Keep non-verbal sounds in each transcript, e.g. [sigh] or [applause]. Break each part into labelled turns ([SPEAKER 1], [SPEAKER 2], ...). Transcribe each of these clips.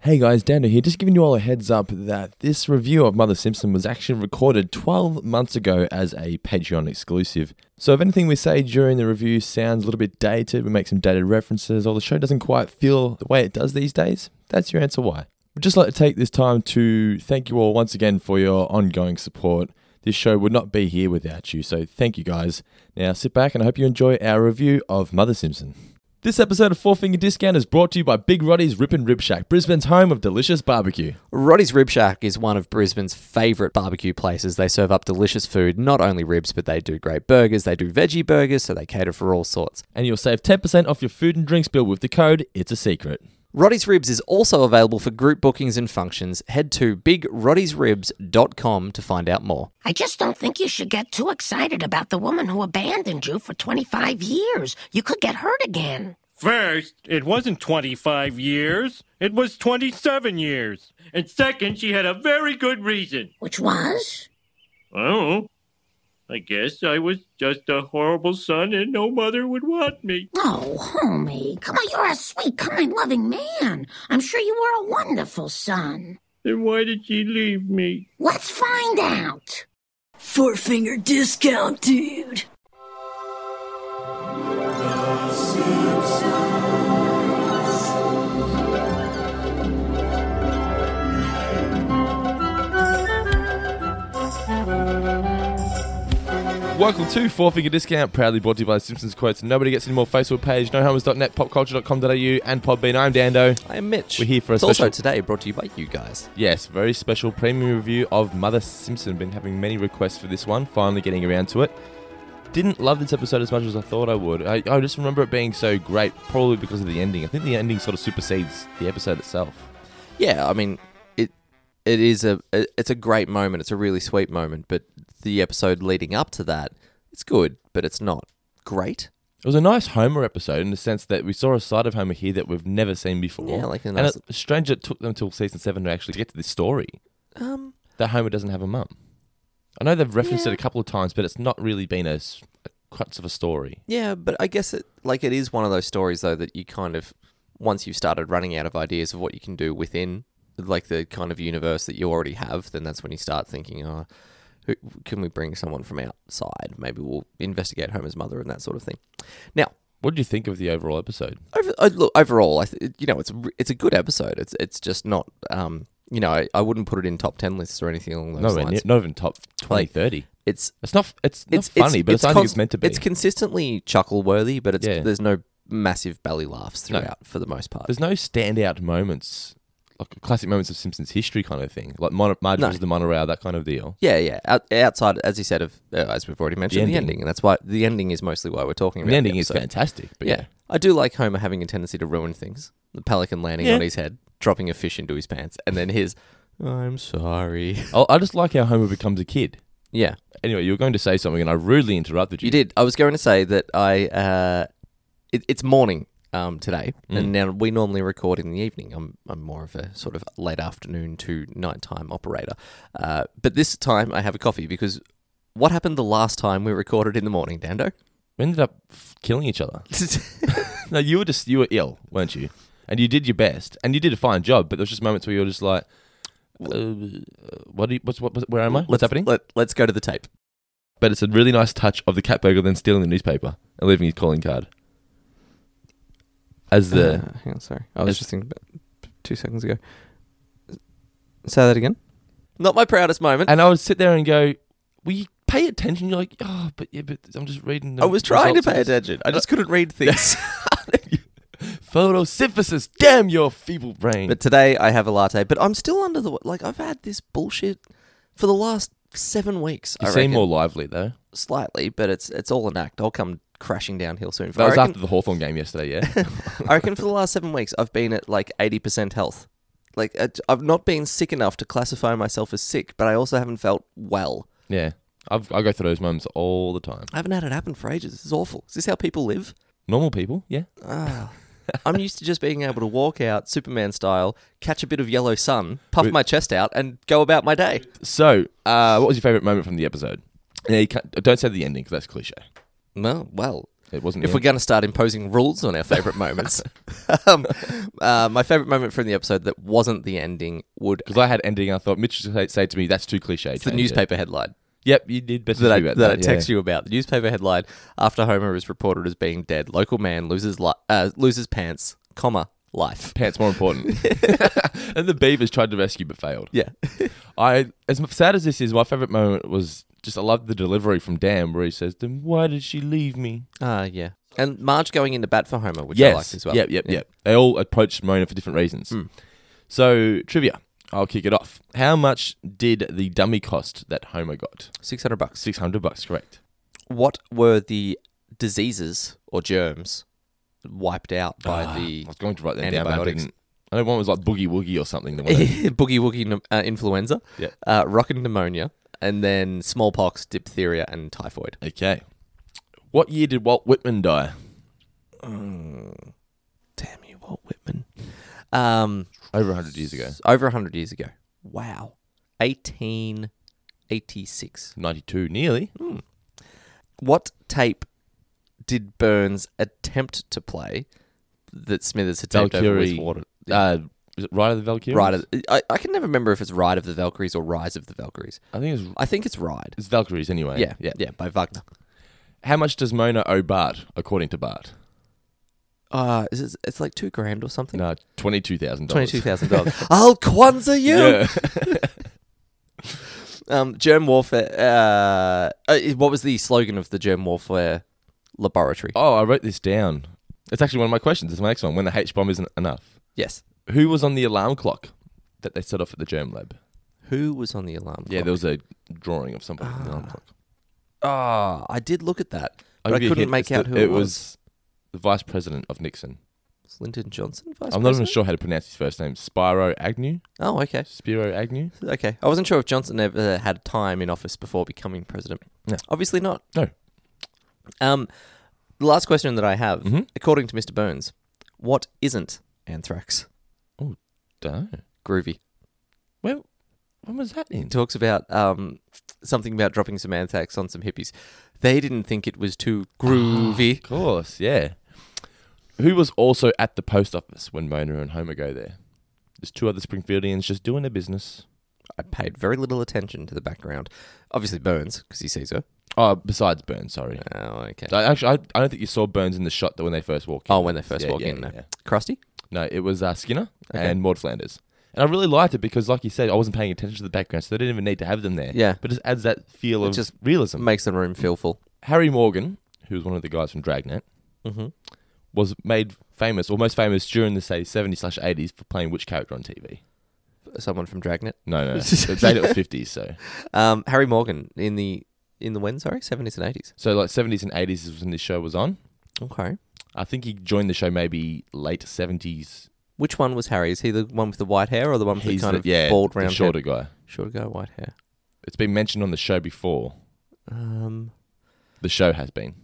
[SPEAKER 1] Hey guys, Dando here, just giving you all a heads up that this review of Mother Simpson was actually recorded 12 months ago as a Patreon exclusive. So if anything we say during the review sounds a little bit dated, we make some dated references, or the show doesn't quite feel the way it does these days, that's your answer why. We'd just like to take this time to thank you all once again for your ongoing support. This show would not be here without you, so thank you guys. Now sit back and I hope you enjoy our review of Mother Simpson. This episode of Four Finger Discount is brought to you by Big Roddy's Rip and Rib Shack, Brisbane's home of delicious barbecue.
[SPEAKER 2] Roddy's Rib Shack is one of Brisbane's favourite barbecue places. They serve up delicious food, not only ribs, but they do great burgers. They do veggie burgers, so they cater for all sorts.
[SPEAKER 1] And you'll save 10% off your food and drinks bill with the code It's a Secret.
[SPEAKER 2] Roddy's Ribs is also available for group bookings and functions. Head to bigroddy'sribs.com to find out more.
[SPEAKER 3] I just don't think you should get too excited about the woman who abandoned you for 25 years. You could get hurt again.
[SPEAKER 4] First, it wasn't 25 years, it was 27 years. And second, she had a very good reason.
[SPEAKER 3] Which was?
[SPEAKER 4] Oh, I guess I was just a horrible son and no mother would want me.
[SPEAKER 3] Oh, homie, come on, you're a sweet, kind, loving man. I'm sure you were a wonderful son.
[SPEAKER 4] Then why did she leave me?
[SPEAKER 3] Let's find out.
[SPEAKER 5] Four finger discount, dude.
[SPEAKER 1] Welcome to Four Finger Discount, proudly brought to you by Simpsons Quotes. Nobody gets any more Facebook page, nohomers.net, popculture.com.au, and Podbean. I'm Dando.
[SPEAKER 2] I am Mitch.
[SPEAKER 1] We're here for a
[SPEAKER 2] It's also
[SPEAKER 1] special-
[SPEAKER 2] today brought to you by you guys.
[SPEAKER 1] Yes, very special premium review of Mother Simpson. Been having many requests for this one, finally getting around to it. Didn't love this episode as much as I thought I would. I, I just remember it being so great, probably because of the ending. I think the ending sort of supersedes the episode itself.
[SPEAKER 2] Yeah, I mean, it it is a it's a great moment. It's a really sweet moment, but the episode leading up to that, it's good, but it's not great.
[SPEAKER 1] It was a nice Homer episode in the sense that we saw a side of Homer here that we've never seen before.
[SPEAKER 2] Yeah, like a
[SPEAKER 1] and
[SPEAKER 2] nice-
[SPEAKER 1] it's strange it took them until season seven to actually get to this story
[SPEAKER 2] Um,
[SPEAKER 1] that Homer doesn't have a mum. I know they've referenced it a couple of times, but it's not really been a, s- a crux of a story.
[SPEAKER 2] yeah, but I guess it like it is one of those stories though that you kind of once you've started running out of ideas of what you can do within like the kind of universe that you already have, then that's when you start thinking, oh, who, can we bring someone from outside? Maybe we'll investigate Homer's mother and that sort of thing. Now,
[SPEAKER 1] What do you think of the overall episode?
[SPEAKER 2] Over, uh, look, overall, I th- you know it's a re- it's a good episode. It's it's just not um you know I, I wouldn't put it in top ten lists or anything along those
[SPEAKER 1] No,
[SPEAKER 2] lines.
[SPEAKER 1] not even top 20,
[SPEAKER 2] Like,
[SPEAKER 1] 30.
[SPEAKER 2] It's
[SPEAKER 1] It's not. It's not funny, but it's, I think
[SPEAKER 2] cons-
[SPEAKER 1] it's meant to be.
[SPEAKER 2] It's consistently chuckle worthy, but it's
[SPEAKER 1] Yeah.
[SPEAKER 2] there's no massive belly laughs
[SPEAKER 1] No.
[SPEAKER 2] throughout for the most part.
[SPEAKER 1] There's no standout moments, like classic moments of Simpsons history kind of thing, like Mon- Marge's
[SPEAKER 2] No.
[SPEAKER 1] the monorail, that kind of deal.
[SPEAKER 2] yeah, yeah. Out, outside, as you said, of uh, as we've already mentioned, the
[SPEAKER 1] ending.
[SPEAKER 2] ending. and that's why the ending is mostly why we're talking about.
[SPEAKER 1] The ending is
[SPEAKER 2] episode.
[SPEAKER 1] fantastic, but
[SPEAKER 2] yeah.
[SPEAKER 1] yeah.
[SPEAKER 2] I do like Homer having a tendency to ruin things. The pelican landing on his head, dropping a fish into his pants, and then his "I'm sorry." [laughs]
[SPEAKER 1] I I just like how Homer becomes a kid.
[SPEAKER 2] yeah.
[SPEAKER 1] Anyway, you were going to say something, and I rudely interrupted you.
[SPEAKER 2] You did. I was going to say that I. Uh, it, it's morning um, today, and now we normally record in the evening. I'm I'm more of a sort of late afternoon to nighttime operator, uh, but this time I have a coffee because what happened the last time we recorded in the morning, [laughs] Dando?
[SPEAKER 1] We ended up f- killing each other. [laughs] no, you were just you were ill, weren't you? And you did your best, and you did a fine job. But there was just moments where you were just like, uh, "What? Do you, what's what? Where am I? What's
[SPEAKER 2] Let's-
[SPEAKER 1] happening?"
[SPEAKER 2] Let, let's go to the tape.
[SPEAKER 1] But it's a really nice touch of the cat burglar then stealing the newspaper and leaving his calling card. As the
[SPEAKER 2] Uh, hang on, sorry. I was just thinking about two seconds ago. Say that again. Not my proudest moment.
[SPEAKER 1] and I would sit there and go, "Will you pay attention?" You're like, "Oh, but yeah, but I'm just reading." The
[SPEAKER 2] I was trying to pay
[SPEAKER 1] results of
[SPEAKER 2] attention. I just couldn't read [laughs] things.
[SPEAKER 1] Photosynthesis. Damn your feeble brain.
[SPEAKER 2] But today I have a latte, but I'm still under the like I've had this bullshit for the last seven weeks.
[SPEAKER 1] you
[SPEAKER 2] I
[SPEAKER 1] seem
[SPEAKER 2] reckon.
[SPEAKER 1] more lively though.
[SPEAKER 2] slightly, but it's it's all an act. I'll come crashing downhill soon.
[SPEAKER 1] That
[SPEAKER 2] I
[SPEAKER 1] was
[SPEAKER 2] reckon,
[SPEAKER 1] after the Hawthorn game yesterday. Yeah.
[SPEAKER 2] [laughs] I reckon for the last seven weeks I've been at like eighty percent health. Like I- I've not been sick enough to classify myself as sick, but I also haven't felt well.
[SPEAKER 1] Yeah. I've, I go through those moments all the time.
[SPEAKER 2] I haven't had it happen for ages. This is awful. Is this how
[SPEAKER 1] [laughs]
[SPEAKER 2] people live?
[SPEAKER 1] Normal people, yeah.
[SPEAKER 2] Ah. I'm used to just being able to walk out Superman style, catch a bit of yellow sun, puff my chest out, and go about my day.
[SPEAKER 1] So, uh, what was your favourite moment from the episode? Yeah, you can't, don't say the ending because that's cliche.
[SPEAKER 2] No, well,
[SPEAKER 1] It wasn't.
[SPEAKER 2] if
[SPEAKER 1] the
[SPEAKER 2] we're going to start imposing rules on our favorite moments. [laughs] um, uh, my favorite moment from the episode that wasn't the ending would
[SPEAKER 1] Because I had ending, I thought Mitch would say, say to me, "That's too cliche."
[SPEAKER 2] it's the
[SPEAKER 1] change it."
[SPEAKER 2] newspaper headline
[SPEAKER 1] Yep, you did better
[SPEAKER 2] that I,
[SPEAKER 1] do
[SPEAKER 2] that,
[SPEAKER 1] about
[SPEAKER 2] I text you about. The newspaper headline after Homer is reported as being dead, local man loses li- uh, loses pants, comma
[SPEAKER 1] [laughs]
[SPEAKER 2] life.
[SPEAKER 1] Pants more
[SPEAKER 2] [laughs]
[SPEAKER 1] important. and the beavers tried to rescue but failed.
[SPEAKER 2] Yeah,
[SPEAKER 1] I as m- sad as this is, my favorite moment was just I love the delivery from Dan where he says, "Then why did she leave me?"
[SPEAKER 2] [laughs] uh, yeah. And Marge going into bat for Homer, which I liked as well.
[SPEAKER 1] Yep, yep,
[SPEAKER 2] Yeah. Hmm.
[SPEAKER 1] yep. They all approached Mona for different reasons. So trivia. I'll kick it off. How much did the dummy cost that Homer got?
[SPEAKER 2] Six hundred bucks.
[SPEAKER 1] Six hundred bucks, correct?
[SPEAKER 2] What were the diseases or germs wiped out by the
[SPEAKER 1] I was going to write that down, but I
[SPEAKER 2] Antibiotics.
[SPEAKER 1] didn't. I know one was like boogie woogie or something. The one that-
[SPEAKER 2] [laughs] boogie woogie pneu- uh, influenza,
[SPEAKER 1] Yeah.
[SPEAKER 2] uh, rockin' pneumonia, and then smallpox, diphtheria, and typhoid.
[SPEAKER 1] okay. What year did Walt Whitman die?
[SPEAKER 2] Damn you, Walt Whitman. Um,
[SPEAKER 1] Over hundred years ago.
[SPEAKER 2] over 100 years ago. Wow. 1886.
[SPEAKER 1] Ninety-two, nearly.
[SPEAKER 2] What tape did Burns attempt to play that Smithers had taped over with
[SPEAKER 1] Valkyrie.
[SPEAKER 2] water?
[SPEAKER 1] Uh, was it Ride of the Valkyries?
[SPEAKER 2] Ride of, I, I can never remember if it's Ride of the Valkyries or Rise of the Valkyries.
[SPEAKER 1] I think it's
[SPEAKER 2] I think it's Ride.
[SPEAKER 1] it's Valkyries anyway.
[SPEAKER 2] Yeah, yeah, yeah, by Wagner.
[SPEAKER 1] How much does Mona owe Bart, according to Bart?
[SPEAKER 2] Uh, is it, it's like two grand or something.
[SPEAKER 1] No, twenty-two thousand dollars.
[SPEAKER 2] Twenty-two
[SPEAKER 1] [laughs]
[SPEAKER 2] thousand dollars. I'll Kwanzaa you.
[SPEAKER 1] Yeah.
[SPEAKER 2] Um, germ warfare. Uh, uh, what was the slogan of the germ warfare laboratory?
[SPEAKER 1] oh, I wrote this down. It's actually one of my questions. It's my next one. When the H bomb isn't enough,
[SPEAKER 2] Yes.
[SPEAKER 1] who was on the alarm clock that they set off at the germ lab?
[SPEAKER 2] Who was on the alarm?
[SPEAKER 1] Yeah,
[SPEAKER 2] clock?
[SPEAKER 1] there was a drawing of somebody on the alarm clock.
[SPEAKER 2] Ah, I did look at that, but
[SPEAKER 1] I'll
[SPEAKER 2] I
[SPEAKER 1] give you a
[SPEAKER 2] couldn't
[SPEAKER 1] hint.
[SPEAKER 2] make
[SPEAKER 1] Oh, It's
[SPEAKER 2] out
[SPEAKER 1] the-
[SPEAKER 2] who it, was.
[SPEAKER 1] The vice president of Nixon.
[SPEAKER 2] was. Lyndon Johnson, vice
[SPEAKER 1] I'm not even
[SPEAKER 2] president.
[SPEAKER 1] sure how to pronounce his first name. Spiro Agnew.
[SPEAKER 2] Oh, okay,
[SPEAKER 1] Spiro Agnew.
[SPEAKER 2] okay. I wasn't sure if Johnson ever had time in office before becoming president.
[SPEAKER 1] No.
[SPEAKER 2] Obviously not.
[SPEAKER 1] No.
[SPEAKER 2] Um, the last question that I have,
[SPEAKER 1] Mm-hmm.
[SPEAKER 2] according to Mr. Burns, what isn't anthrax?
[SPEAKER 1] Dunno.
[SPEAKER 2] Groovy.
[SPEAKER 1] Where? When was that in?
[SPEAKER 2] He talks about um, something about dropping some anthrax on some hippies. They didn't think it was too groovy.
[SPEAKER 1] Of course, yeah. Who was also at the post office when Mona and Homer go there? There's two other Springfieldians just doing their business.
[SPEAKER 2] I paid very little attention to the background. Obviously Burns, because he sees her.
[SPEAKER 1] Oh, besides Burns, sorry.
[SPEAKER 2] Oh, okay.
[SPEAKER 1] I- Actually, I, I don't think you saw Burns in the shot that when they first walk in.
[SPEAKER 2] Oh, when they first
[SPEAKER 1] Yeah,
[SPEAKER 2] walk
[SPEAKER 1] yeah,
[SPEAKER 2] in, no.
[SPEAKER 1] yeah.
[SPEAKER 2] Krusty?
[SPEAKER 1] No, it was uh, Skinner
[SPEAKER 2] Okay.
[SPEAKER 1] and Maud Flanders. And I really liked it because, like you said, I wasn't paying attention to the background, so they didn't even need to have them there.
[SPEAKER 2] Yeah.
[SPEAKER 1] But it just adds that feel
[SPEAKER 2] It
[SPEAKER 1] of
[SPEAKER 2] just
[SPEAKER 1] realism.
[SPEAKER 2] Makes the room feel full.
[SPEAKER 1] Harry Morgan, who was one of the guys from Dragnet,
[SPEAKER 2] Mhm.
[SPEAKER 1] was made famous, or most famous during the, say, 70s slash 80s for playing which character on TV?
[SPEAKER 2] Someone from Dragnet.
[SPEAKER 1] No,
[SPEAKER 2] [laughs]
[SPEAKER 1] no, no. They dated it was 50s, so.
[SPEAKER 2] Um, Harry Morgan in the in the when, sorry, seventies and eighties.
[SPEAKER 1] So like seventies and eighties is when this show was on.
[SPEAKER 2] Okay.
[SPEAKER 1] I think he joined the show maybe late seventies.
[SPEAKER 2] Which one was Harry? Is he the one with the white hair or the one with the kind of bald round
[SPEAKER 1] the shorter
[SPEAKER 2] head?
[SPEAKER 1] guy.
[SPEAKER 2] Shorter guy, white hair.
[SPEAKER 1] It's been mentioned on the show before.
[SPEAKER 2] Um,
[SPEAKER 1] The show has been.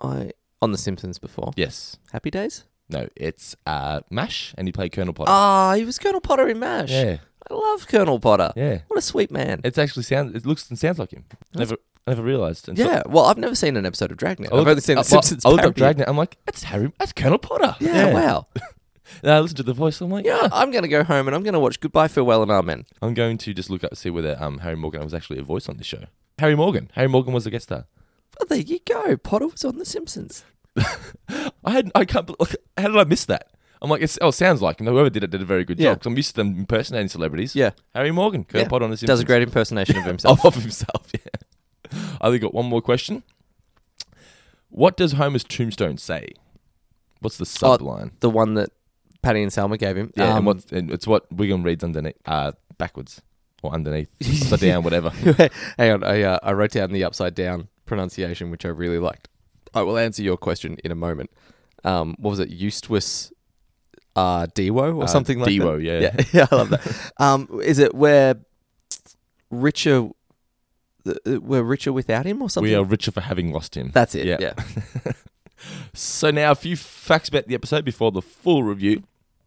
[SPEAKER 2] I on The Simpsons before.
[SPEAKER 1] Yes.
[SPEAKER 2] Happy Days.
[SPEAKER 1] No. It's uh, Mash, and he played Colonel Potter.
[SPEAKER 2] Ah, he was Colonel Potter in Mash.
[SPEAKER 1] Yeah.
[SPEAKER 2] I love Colonel Potter.
[SPEAKER 1] Yeah.
[SPEAKER 2] What a sweet man.
[SPEAKER 1] It's actually sound. It looks and sounds like him. Never, I never realized. And so-
[SPEAKER 2] yeah. Well, I've never seen an episode of Dragnet.
[SPEAKER 1] I looked-
[SPEAKER 2] I've only seen
[SPEAKER 1] I-
[SPEAKER 2] The Simpsons.
[SPEAKER 1] I looked up
[SPEAKER 2] parody.
[SPEAKER 1] Dragnet. I'm like, that's Harry. That's Colonel Potter.
[SPEAKER 2] Yeah, Wow.
[SPEAKER 1] [laughs] And I listened to the voice. I'm like,
[SPEAKER 2] Yeah.
[SPEAKER 1] yeah.
[SPEAKER 2] I'm gonna go home and I'm gonna watch Goodbye, Farewell, and Amen.
[SPEAKER 1] I'm going to just look up see whether um, Harry Morgan was actually a voice on this show. Harry Morgan. Harry Morgan was a guest star.
[SPEAKER 2] Oh, there you go. Potter was on The Simpsons.
[SPEAKER 1] I had I can't. bel- [laughs] How did I miss that? I'm like, it's, oh, it sounds like him. Whoever did it did a very good
[SPEAKER 2] Yeah.
[SPEAKER 1] job. 'cause I'm used to them impersonating celebrities.
[SPEAKER 2] Yeah.
[SPEAKER 1] Harry Morgan, Colonel
[SPEAKER 2] Yeah.
[SPEAKER 1] Potter on the
[SPEAKER 2] Does a
[SPEAKER 1] Simpsons. Oh.
[SPEAKER 2] great impersonation of
[SPEAKER 1] [laughs]
[SPEAKER 2] himself.
[SPEAKER 1] Of- of himself. Yeah. I only got one more question. What does Homer's tombstone say? What's the subline?
[SPEAKER 2] the one that Patty and Selma gave him.
[SPEAKER 1] yeah,
[SPEAKER 2] Oh, Um,
[SPEAKER 1] and what's and it's what Wiggum reads underneath, uh, backwards or
[SPEAKER 2] [laughs]
[SPEAKER 1] underneath, upside down, whatever.
[SPEAKER 2] [laughs] hang on, I, uh, I wrote down the upside down pronunciation, which I really liked. I will answer your question in a moment. Um, what was it, Eustace uh, Dewo or something like
[SPEAKER 1] Dewo, yeah.
[SPEAKER 2] that? yeah, [laughs] I love that. Um, is it where richer, th- we're richer without him or something?
[SPEAKER 1] We are richer for having lost him.
[SPEAKER 2] That's it.
[SPEAKER 1] Yeah.
[SPEAKER 2] Yeah.
[SPEAKER 1] [laughs] So now a few facts about the episode before the full review.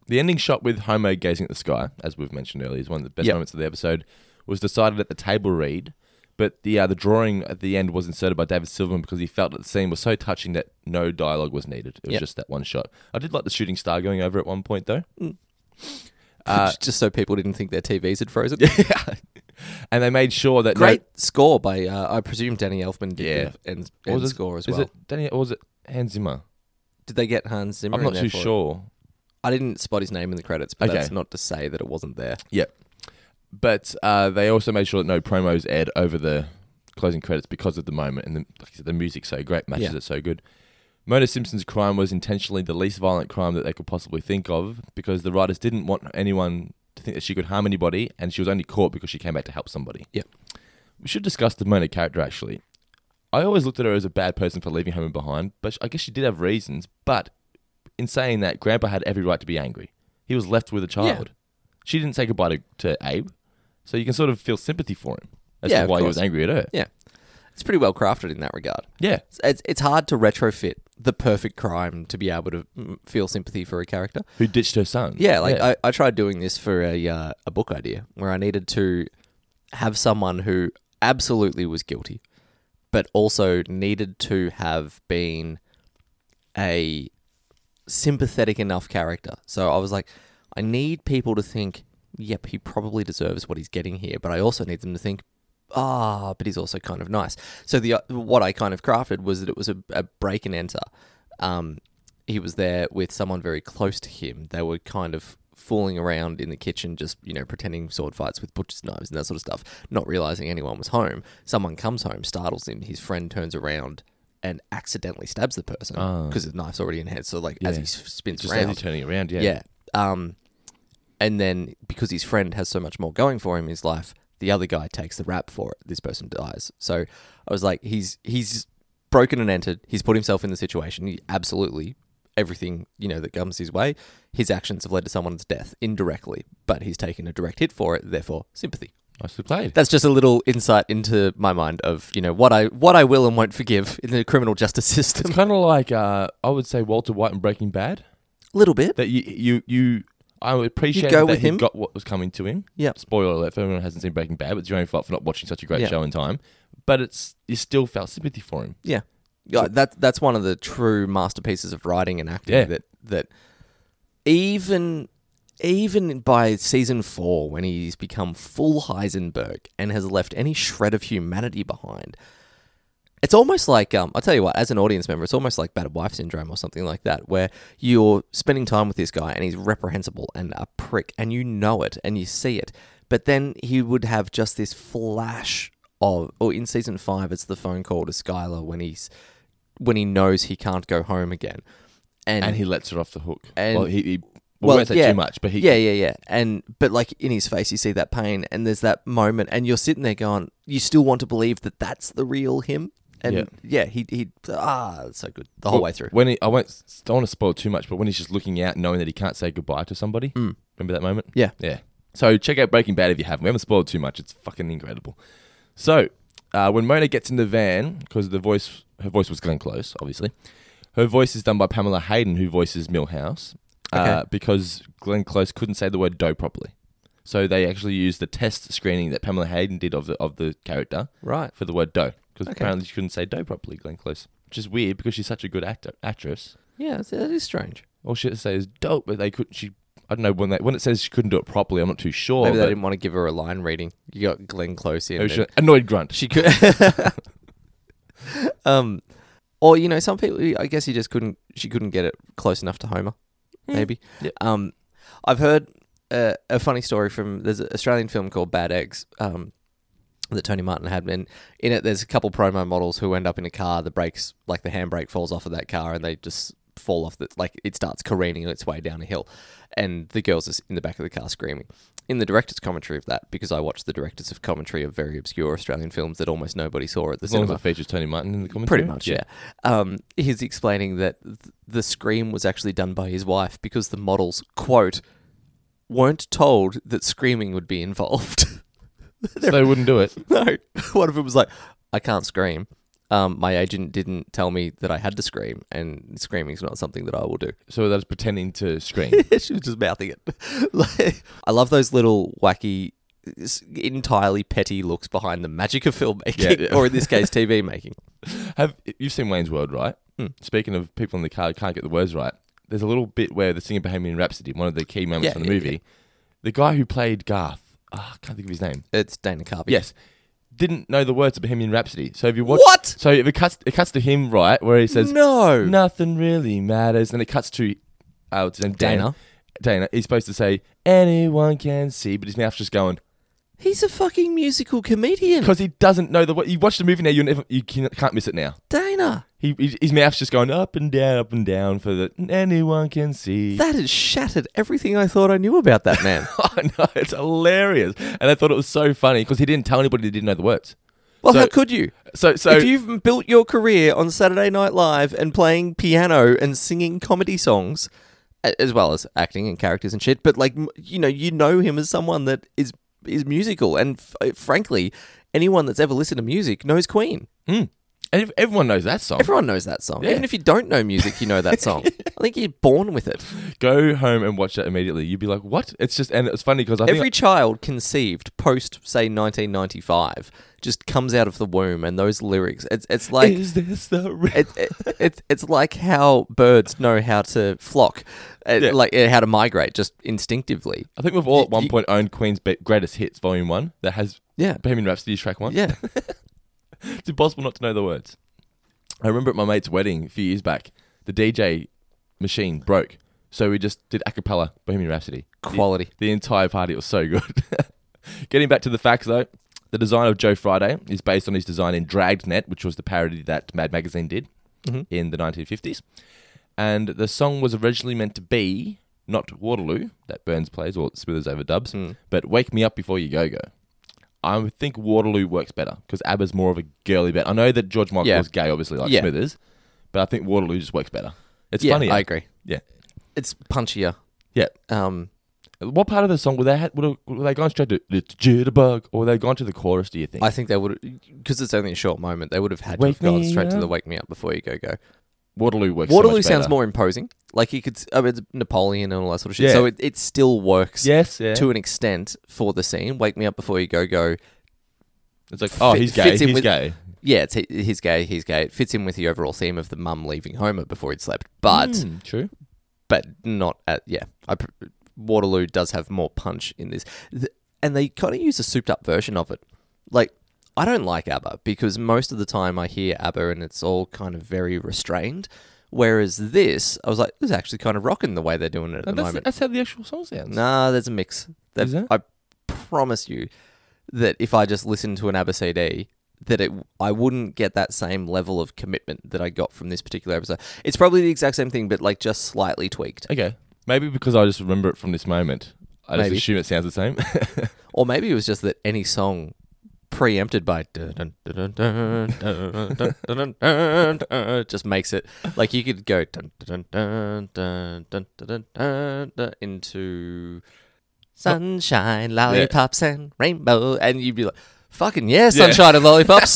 [SPEAKER 1] The ending shot with Homer gazing at the sky, as we've mentioned earlier, is one of the best
[SPEAKER 2] Yep.
[SPEAKER 1] moments of the episode, was decided at the table read, But the uh, the drawing at the end was inserted by David Silverman because he felt that the scene was so touching that no dialogue was needed. It was
[SPEAKER 2] Yep.
[SPEAKER 1] just that one shot. I did like the shooting star going over at one point though. Uh,
[SPEAKER 2] [laughs] just so people didn't think their TVs had frozen.
[SPEAKER 1] And they made sure that no-
[SPEAKER 2] Great score by, uh, I presume Danny Elfman did
[SPEAKER 1] Yeah.
[SPEAKER 2] the end,
[SPEAKER 1] What
[SPEAKER 2] end
[SPEAKER 1] was it?
[SPEAKER 2] score as
[SPEAKER 1] Is
[SPEAKER 2] well.
[SPEAKER 1] it Danny or was it Hans Zimmer?
[SPEAKER 2] Did they get Hans Zimmer?
[SPEAKER 1] I'm
[SPEAKER 2] in
[SPEAKER 1] not
[SPEAKER 2] there
[SPEAKER 1] too
[SPEAKER 2] for it?
[SPEAKER 1] sure.
[SPEAKER 2] I didn't spot his name in the credits, but
[SPEAKER 1] Okay.
[SPEAKER 2] that's not to say that it wasn't there.
[SPEAKER 1] Yep. But uh, they also made sure that no promos aired over the closing credits because of the moment and the, like I said, the music's so great, matches
[SPEAKER 2] Yeah.
[SPEAKER 1] it so good. Mona Simpson's crime was intentionally the least violent crime that they could possibly think of because the writers didn't want anyone to think that she could harm anybody and she was only caught because she came back to help somebody.
[SPEAKER 2] Yep.
[SPEAKER 1] We should discuss the Mona character actually. I always looked at her as a bad person for leaving home and behind, but I guess she did have reasons. But in saying that, Grandpa had every right to be angry. He was left with a child. She didn't say goodbye to, to Abe, so you can sort of feel sympathy for him. That's
[SPEAKER 2] Yeah, of
[SPEAKER 1] why he was
[SPEAKER 2] course.
[SPEAKER 1] angry at her.
[SPEAKER 2] Yeah. It's pretty well crafted in that regard.
[SPEAKER 1] Yeah.
[SPEAKER 2] It's- It's, it's hard to retrofit the perfect crime to be able to mm, feel sympathy for a character.
[SPEAKER 1] Who ditched her son?
[SPEAKER 2] Yeah, like uh, I, I tried doing this for a uh, a book idea where I needed to have someone who absolutely was guilty, but also needed to have been a sympathetic enough character. So I was like, I need people to think, yep, he probably deserves what he's getting here, but I also need them to think, ah, but he's also kind of nice. So the uh, what I kind of crafted was that it was a, a break and enter. Um, he was there with someone very close to him. They were kind of fooling around in the kitchen, just you know, pretending sword fights with butcher's knives and that sort of stuff, not realizing anyone was home. Someone comes home, startles him. His friend turns around. And accidentally stabs the person because the knife's already in hand. So, like, as
[SPEAKER 1] Ah. Yeah.
[SPEAKER 2] he s- spins
[SPEAKER 1] just as
[SPEAKER 2] around,
[SPEAKER 1] he's turning around. Yeah.
[SPEAKER 2] yeah. Um, and then because his friend has so much more going for him in his life, the other guy takes the rap for it. This person dies. So I was like, he's he's broken and entered. He's put himself in the situation. He absolutely everything you know that comes his way. His actions have led to someone's death indirectly, but he's taken a direct hit for it. Therefore, sympathy.
[SPEAKER 1] Nicely played.
[SPEAKER 2] That's just a little insight into my mind of you know what I what I will and won't forgive in the criminal justice [laughs] system.
[SPEAKER 1] it's kind of like uh, I would say Walter White in Breaking Bad.
[SPEAKER 2] A little bit.
[SPEAKER 1] that you you you I appreciate
[SPEAKER 2] go
[SPEAKER 1] that
[SPEAKER 2] with
[SPEAKER 1] he
[SPEAKER 2] him.
[SPEAKER 1] got what was coming to him.
[SPEAKER 2] Yep.
[SPEAKER 1] Spoiler alert for anyone who hasn't seen Breaking Bad, but it's your own fault for not watching such a great
[SPEAKER 2] Yeah.
[SPEAKER 1] show in time. But it's you still felt sympathy for him.
[SPEAKER 2] Yeah. Yeah, that that's one of the true masterpieces of writing and acting
[SPEAKER 1] Yeah.
[SPEAKER 2] that that even even by season 4 when he's become full Heisenberg and has left any shred of humanity behind. It's almost like um, I'll tell you what, as an audience member, it's almost like battered wife syndrome or something like that, where you're spending time with this guy and he's reprehensible and a prick, and you know it and you see it, but then he would have just this flash of, or in season five, it's the phone call to Skylar when he's when he knows he can't go home again, and,
[SPEAKER 1] And he lets her off the hook.
[SPEAKER 2] And-
[SPEAKER 1] well, he, he well, we won't say too much, but he
[SPEAKER 2] yeah, yeah, yeah. And but like in his face, you see that pain, and there's that moment, and you're sitting there going, you still want to believe that that's the real him, and
[SPEAKER 1] Yeah.
[SPEAKER 2] yeah, he he ah, it's so good the whole way through.
[SPEAKER 1] When he, I won't don't want to spoil too much, but when he's just looking out knowing that he can't say goodbye to somebody. Remember that moment?
[SPEAKER 2] Hmm. Yeah.
[SPEAKER 1] Yeah. So check out Breaking Bad if you haven't. We haven't spoiled too much. It's fucking incredible. So uh, when Mona gets in the van, because the voice her voice was Glenn Close, obviously. Her voice is done by Pamela Hayden, who voices Millhouse, uh,
[SPEAKER 2] Okay.
[SPEAKER 1] because Glenn Close couldn't say the word dough properly. So they actually used the test screening that Pamela Hayden did of the of the character
[SPEAKER 2] Right.
[SPEAKER 1] for the word dough, because
[SPEAKER 2] Okay.
[SPEAKER 1] apparently she couldn't say dough properly, Glenn Close, which is weird because she's such a good actor actress.
[SPEAKER 2] Yeah, it's- that is strange.
[SPEAKER 1] All she had to say is dope, but they couldn't. She I don't know when they when it says she couldn't do it properly. I'm not too sure.
[SPEAKER 2] Maybe
[SPEAKER 1] but-
[SPEAKER 2] they didn't want to give her a line reading. You got Glenn Close in.
[SPEAKER 1] Maybe
[SPEAKER 2] and-
[SPEAKER 1] [laughs] she- annoyed grunt.
[SPEAKER 2] She could. [laughs] um, or you know, some people. I guess he just couldn't. She couldn't get it close enough to Homer. Maybe.
[SPEAKER 1] Yeah.
[SPEAKER 2] Um, I've heard uh, a funny story from there's an Australian film called Bad Eggs. Um, that Tony Martin had, and in it there's a couple promo models who end up in a car. The brakes, like the handbrake, falls off of that car, and they just fall off. That like it starts careening its way down a hill, and the girls are in the back of the car screaming. In the director's commentary of that, because I watched the directors of commentary of very obscure Australian films that almost nobody saw at the
[SPEAKER 1] As long as
[SPEAKER 2] cinema.
[SPEAKER 1] it features Tony Martin in the commentary.
[SPEAKER 2] Pretty much, yeah. Um, he's explaining that th- the scream was actually done by his wife because the models, quote, weren't told that screaming would be involved. [laughs]
[SPEAKER 1] So they wouldn't do it.
[SPEAKER 2] no. [laughs] One of them was like, I can't scream. Um, my agent didn't tell me that I had to scream, and screaming's not something that I will do. [laughs]
[SPEAKER 1] So that's pretending to scream.
[SPEAKER 2] [laughs] she was just mouthing it. like, I love those little wacky s- entirely petty looks behind the magic of filmmaking,
[SPEAKER 1] Yeah, yeah.
[SPEAKER 2] or in
[SPEAKER 1] [laughs]
[SPEAKER 2] this case, TV making.
[SPEAKER 1] Have you've seen Wayne's World, right?
[SPEAKER 2] Hmm.
[SPEAKER 1] Speaking of people in the car who can't get the words right, there's a little bit where the singer Bohemian Rhapsody, one of the key moments
[SPEAKER 2] Yeah,
[SPEAKER 1] from the
[SPEAKER 2] yeah,
[SPEAKER 1] movie, the guy who played Garth, ah, I can't think of his name.
[SPEAKER 2] It's Dana Carvey.
[SPEAKER 1] Yes, didn't know the words of Bohemian Rhapsody. So if you watch,
[SPEAKER 2] What?
[SPEAKER 1] So if it cuts, it cuts to him right where he says,
[SPEAKER 2] No.
[SPEAKER 1] nothing really matters." Then it cuts to, oh, it's Dana.
[SPEAKER 2] Dana.
[SPEAKER 1] Dana. He's supposed to say, "Anyone can see," but his mouth's just going
[SPEAKER 2] He's a fucking musical comedian.
[SPEAKER 1] because he doesn't know the. wo- You watch the movie now, you never, you can- can't miss it now.
[SPEAKER 2] Dana.
[SPEAKER 1] He, he- his mouth's just going up and down, up and down for the anyone can see.
[SPEAKER 2] That has shattered everything I thought I knew about that man.
[SPEAKER 1] [laughs] I know it's hilarious, and I thought it was so funny because he didn't tell anybody he didn't know the words.
[SPEAKER 2] [laughs] Well,
[SPEAKER 1] So-
[SPEAKER 2] how could you?
[SPEAKER 1] So, so
[SPEAKER 2] if you've built your career on Saturday Night Live and playing piano and singing comedy songs, a- as well as acting and characters and shit, but like m- you know, you know him as someone that is is musical, and f- uh, frankly, anyone that's ever listened to music knows Queen.
[SPEAKER 1] and if- everyone knows that song.
[SPEAKER 2] Everyone knows that song,
[SPEAKER 1] Yeah.
[SPEAKER 2] even if you don't know music, you know that [laughs] song. I think you're born with it.
[SPEAKER 1] Go home and watch that immediately. You'd be like, "What?" It's just, and it's funny because I
[SPEAKER 2] Every
[SPEAKER 1] think
[SPEAKER 2] child conceived post say 1995 just comes out of the womb, and those lyrics, it's it's like
[SPEAKER 1] is this the re-
[SPEAKER 2] it, it, it, it's like how birds know how to flock, uh,
[SPEAKER 1] Yeah.
[SPEAKER 2] like uh, how to migrate just instinctively.
[SPEAKER 1] I think we've all at one
[SPEAKER 2] you-
[SPEAKER 1] point owned Queen's be- greatest hits, Volume One, that has
[SPEAKER 2] Yeah.
[SPEAKER 1] Bohemian Rhapsody track one. [laughs]
[SPEAKER 2] Yeah.
[SPEAKER 1] it's impossible not to know the words. I remember at my mate's wedding a few years back, the DJ machine broke, so we just did a cappella Bohemian Rhapsody.
[SPEAKER 2] Quality.
[SPEAKER 1] The entire party was so good. [laughs] Getting back to the facts though, the design of Joe Friday is based on his design in Dragnet, which was the parody that Mad Magazine did
[SPEAKER 2] Mm-hmm.
[SPEAKER 1] in the 1950s. And the song was originally meant to be not Waterloo that Burns plays or Smithers overdubs,
[SPEAKER 2] Hmm.
[SPEAKER 1] but Wake Me Up Before You Go Go. I think Waterloo works better because ABBA's more of a girly band. I know that George Michael
[SPEAKER 2] Yeah.
[SPEAKER 1] is gay, obviously, like
[SPEAKER 2] Yeah.
[SPEAKER 1] Smithers, but I think Waterloo just works better. It's
[SPEAKER 2] yeah,
[SPEAKER 1] funny. eh?
[SPEAKER 2] I agree.
[SPEAKER 1] Yeah.
[SPEAKER 2] It's punchier.
[SPEAKER 1] Yeah.
[SPEAKER 2] Um,
[SPEAKER 1] What part of the song would they had, would have, would they gone straight to "It's Jitterbug" or would they gone to the chorus? Do you think?
[SPEAKER 2] I think they would, because it's only a short moment, they would have had
[SPEAKER 1] Wake
[SPEAKER 2] to have gone
[SPEAKER 1] me
[SPEAKER 2] straight to the
[SPEAKER 1] up.
[SPEAKER 2] wake me up before you go go.
[SPEAKER 1] Waterloo works. so
[SPEAKER 2] Waterloo
[SPEAKER 1] much
[SPEAKER 2] sounds
[SPEAKER 1] better.
[SPEAKER 2] more imposing. Like you could, s- I mean, it's Napoleon and all that sort of shit.
[SPEAKER 1] Yeah.
[SPEAKER 2] So it, it still works
[SPEAKER 1] Yes, yeah.
[SPEAKER 2] to an extent for the scene. Wake me up before you go go.
[SPEAKER 1] it's like, oh,
[SPEAKER 2] fit-
[SPEAKER 1] he's gay.
[SPEAKER 2] fits in
[SPEAKER 1] He's
[SPEAKER 2] with-
[SPEAKER 1] gay.
[SPEAKER 2] Yeah, it's, he- he's gay, he's gay. It fits in with the overall theme of the mum leaving Homer before he'd slept. But
[SPEAKER 1] Hmm, true.
[SPEAKER 2] but not at yeah. I pr- Waterloo does have more punch in this, Th- and they kind of use a souped up version of it. Like I don't like ABBA because most of the time I hear ABBA and it's all kind of very restrained. Whereas this, I was like, this is actually kind of rocking the way they're doing it at the
[SPEAKER 1] that's,
[SPEAKER 2] moment.
[SPEAKER 1] that's how the actual song sounds.
[SPEAKER 2] Nah, there's a mix. That-
[SPEAKER 1] Is there?
[SPEAKER 2] I promise you that if I just listened to an ABBA CD, that it I wouldn't get that same level of commitment that I got from this particular episode. It's probably the exact same thing, but like just slightly tweaked.
[SPEAKER 1] Okay, maybe because I just remember it from this moment. I
[SPEAKER 2] Maybe.
[SPEAKER 1] just assume it sounds the same. [laughs]
[SPEAKER 2] Or maybe it was just that any song preempted by dun- dun- dun- dun- dun- dun- dun- dun- dun- just makes it like you could go dun- dun- dun- dun- dun- dun- dun- dun- dun into sunshine, lollipops, and rainbow, and you'd be like, "Fucking yeah, sunshine and lollipops."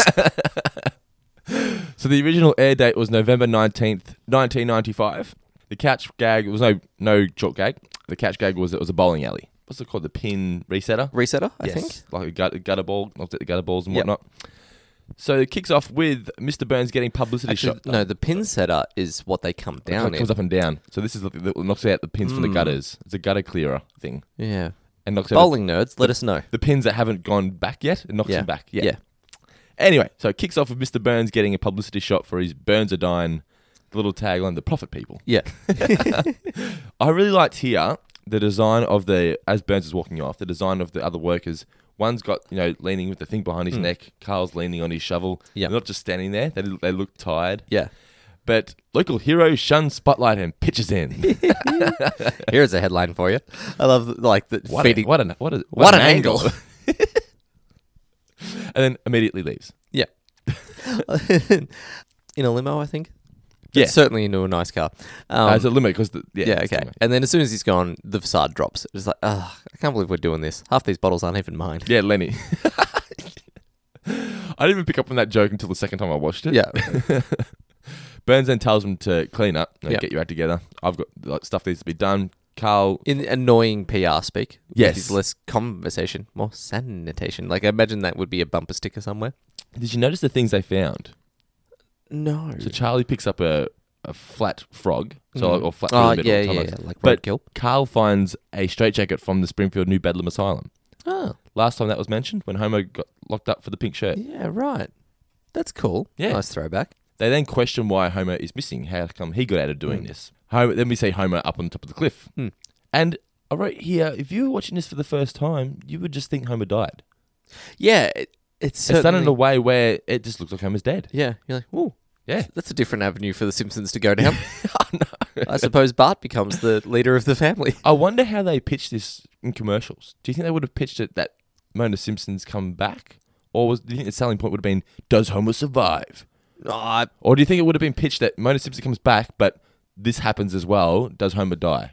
[SPEAKER 1] so the original air date was November nineteenth, nineteen ninety-five. The catch gag was no no chalk gag. The catch gag was it was a bowling alley. What's it called? The pin resetter.
[SPEAKER 2] Resetter, I think.
[SPEAKER 1] Like a gutter, gutter ball, knocked at the gutter balls and
[SPEAKER 2] Yep.
[SPEAKER 1] whatnot. So it kicks off with Mr. Burns getting publicity
[SPEAKER 2] Actually,
[SPEAKER 1] shot.
[SPEAKER 2] no, the pin setter is what they come down Hmm.
[SPEAKER 1] it comes
[SPEAKER 2] in.
[SPEAKER 1] up and down. So this is the, the, knocks out the pins from the gutters. It's a gutter clearer thing,
[SPEAKER 2] Yeah,
[SPEAKER 1] and knocks out
[SPEAKER 2] bowling nerds, let us know.
[SPEAKER 1] the pins that haven't gone back yet. It knocks
[SPEAKER 2] Yeah,
[SPEAKER 1] them back. Yeah.
[SPEAKER 2] yeah.
[SPEAKER 1] Anyway, so it kicks off with Mr. Burns getting a publicity shot for his Burns are dying. The little tagline, the profit people.
[SPEAKER 2] Yeah,
[SPEAKER 1] I really liked here the design of the as Burns is walking off, the design of the other workers. One's got you know leaning with the thing behind his neck. Carl's leaning on his shovel.
[SPEAKER 2] Mm. Yeah.
[SPEAKER 1] They're not just standing there. They they look tired.
[SPEAKER 2] yeah.
[SPEAKER 1] But local hero shuns spotlight and pitches
[SPEAKER 2] [laughs]
[SPEAKER 1] in.
[SPEAKER 2] Here's a headline for you. I love like the
[SPEAKER 1] What
[SPEAKER 2] feeding.
[SPEAKER 1] a, what an what a, what
[SPEAKER 2] What an angle.
[SPEAKER 1] [laughs] and then immediately leaves.
[SPEAKER 2] Yeah. [laughs] in a limo, I think. It's certainly into a nice car. Um,
[SPEAKER 1] as Uh, a limo because yeah,
[SPEAKER 2] yeah,
[SPEAKER 1] it's a
[SPEAKER 2] okay.
[SPEAKER 1] limo.
[SPEAKER 2] And then as soon as he's gone, the facade drops. It's like, ah, I can't believe we're doing this. Half these bottles aren't even mine.
[SPEAKER 1] Yeah, Lenny. [laughs] I didn't even pick up on that joke until the second time I watched it.
[SPEAKER 2] Yeah.
[SPEAKER 1] Burns then tells him to clean up, you know,
[SPEAKER 2] Yeah.
[SPEAKER 1] get your act together. I've got like, stuff needs to be done. Carl.
[SPEAKER 2] [laughs] In annoying PR speak. which
[SPEAKER 1] Yes.
[SPEAKER 2] is Less conversation, more sanitation. Like, I imagine that would be a bumper sticker somewhere.
[SPEAKER 1] Did you notice the things they found?
[SPEAKER 2] No.
[SPEAKER 1] So Charlie picks up a, a flat frog, so or flat
[SPEAKER 2] Oh,
[SPEAKER 1] in the middle,
[SPEAKER 2] yeah,
[SPEAKER 1] kind
[SPEAKER 2] yeah,
[SPEAKER 1] of.
[SPEAKER 2] yeah, like
[SPEAKER 1] but
[SPEAKER 2] roadkill.
[SPEAKER 1] Carl finds a straitjacket from the Springfield New Bedlam Asylum.
[SPEAKER 2] oh,
[SPEAKER 1] Last time that was mentioned, when Homo got locked up for the pink shirt,
[SPEAKER 2] yeah, right. That's cool.
[SPEAKER 1] Yeah.
[SPEAKER 2] Nice throwback.
[SPEAKER 1] they then question why Homo is missing. How come he got out of
[SPEAKER 2] Mm.
[SPEAKER 1] doing this? Homo, then we see Homo up on top of the cliff. And I wrote here, if you were watching this for the first time, you would just think Homer died.
[SPEAKER 2] Yeah, it, it's
[SPEAKER 1] It's done in
[SPEAKER 2] certainly-
[SPEAKER 1] a way where it just looks like Homer's dead.
[SPEAKER 2] Yeah, you're like, ooh,
[SPEAKER 1] Yeah.
[SPEAKER 2] that's a different avenue for the Simpsons to go down. [laughs] I suppose Bart becomes the leader of the family.
[SPEAKER 1] I wonder how they pitched this in commercials. Do you think they would have pitched it that Mona Simpson's come back? Or was, do you think the selling point would have been, does Homer survive?
[SPEAKER 2] [laughs] I,
[SPEAKER 1] Or do you think it would have been pitched that Mona Simpson comes back, but this happens as well? Does Homer die?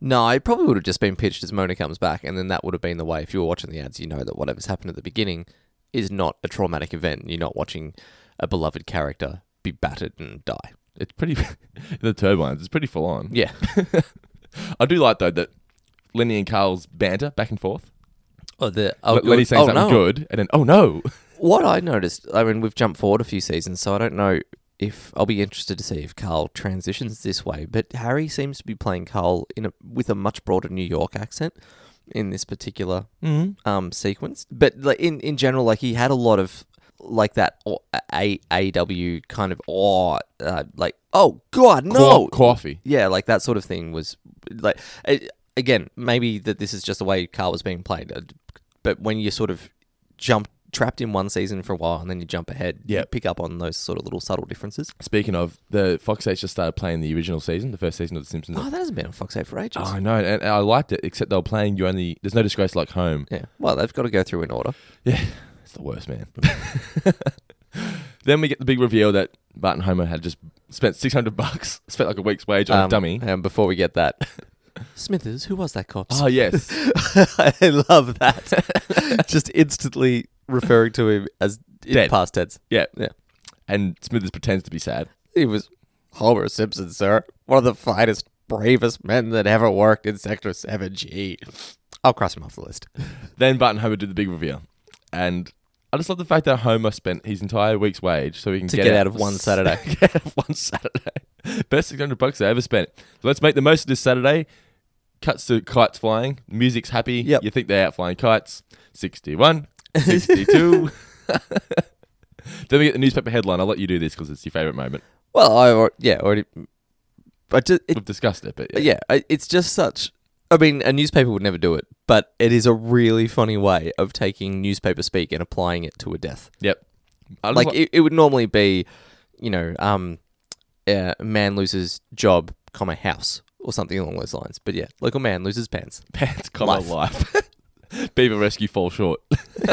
[SPEAKER 2] no, it probably would have just been pitched as Mona comes back, and then that would have been the way. If you were watching the ads, you know that whatever's happened at the beginning is not a traumatic event. You're not watching a beloved character be battered and die.
[SPEAKER 1] It's pretty, [laughs] the turbines, it's pretty full on.
[SPEAKER 2] Yeah.
[SPEAKER 1] I do like, though, that Lenny and Carl's banter back and forth.
[SPEAKER 2] [laughs] Oh, the oh,
[SPEAKER 1] Let- Lenny's saying
[SPEAKER 2] oh,
[SPEAKER 1] something
[SPEAKER 2] no.
[SPEAKER 1] good, and then, oh no.
[SPEAKER 2] What I noticed, I mean, we've jumped forward a few seasons, so I don't know if I'll be interested to see if Carl transitions this way. But Harry seems to be playing Carl in a, with a much broader New York accent in this particular um, sequence. But like in in general, like he had a lot of like that aw- a a w kind of awe, uh, like oh god no,
[SPEAKER 1] Co- [laughs] coffee.
[SPEAKER 2] yeah, like that sort of thing was like a- again, maybe that this is just the way Carl was being played. uh, But when you sort of jump trapped in one season for a while and then you jump ahead,
[SPEAKER 1] Yeah.
[SPEAKER 2] you pick up on those sort of little subtle differences.
[SPEAKER 1] Speaking of, the Fox 8 just started playing the original season, the first season of The Simpsons.
[SPEAKER 2] Oh, that hasn't been on Fox 8 for ages.
[SPEAKER 1] Oh, I know, and and I liked it, except they were playing You Only. There's No Disgrace Like Home.
[SPEAKER 2] yeah. Well, they've got to go through in order.
[SPEAKER 1] Yeah, [laughs] it's the worst, man. [laughs] then we get the big reveal that Bart and Homer had just spent 600 bucks, [laughs] spent like a week's wage on a
[SPEAKER 2] Um,
[SPEAKER 1] dummy.
[SPEAKER 2] And before we get that, Smithers, who was that cop?
[SPEAKER 1] Oh, yes.
[SPEAKER 2] [laughs] I
[SPEAKER 1] [laughs]
[SPEAKER 2] love that. just instantly referring to him as in
[SPEAKER 1] Dead.
[SPEAKER 2] past tense.
[SPEAKER 1] yeah.
[SPEAKER 2] Yeah.
[SPEAKER 1] And Smithers pretends to be sad.
[SPEAKER 2] He was Homer Simpson, sir. One of the finest, bravest men that ever worked in Sector 7G. I'll cross him off the list.
[SPEAKER 1] Then Bart and Homer do the big reveal. And I just love the fact that Homer spent his entire week's wage so he can
[SPEAKER 2] To get out
[SPEAKER 1] [laughs]
[SPEAKER 2] of one Saturday.
[SPEAKER 1] get out of one Saturday. Best 600 bucks I ever spent. So let's make the most of this Saturday. Cuts to kites flying. Music's happy.
[SPEAKER 2] Yep.
[SPEAKER 1] You think they're out flying kites. 61,
[SPEAKER 2] [laughs]
[SPEAKER 1] 62. then we get the newspaper headline. I'll let you do this because it's your favourite moment.
[SPEAKER 2] Well, I al- yeah already, but ju- it,
[SPEAKER 1] We've discussed it, but yeah.
[SPEAKER 2] yeah, I- it's just such. I mean, a newspaper would never do it, but it is a really funny way of taking newspaper speak and applying it to a death.
[SPEAKER 1] Yep. I just
[SPEAKER 2] Like it, it would normally be, you know, um, uh, man loses job, comma house or something along those lines. But yeah, local man loses pants.
[SPEAKER 1] pants comma life. [laughs] Beaver rescue fall short. [laughs]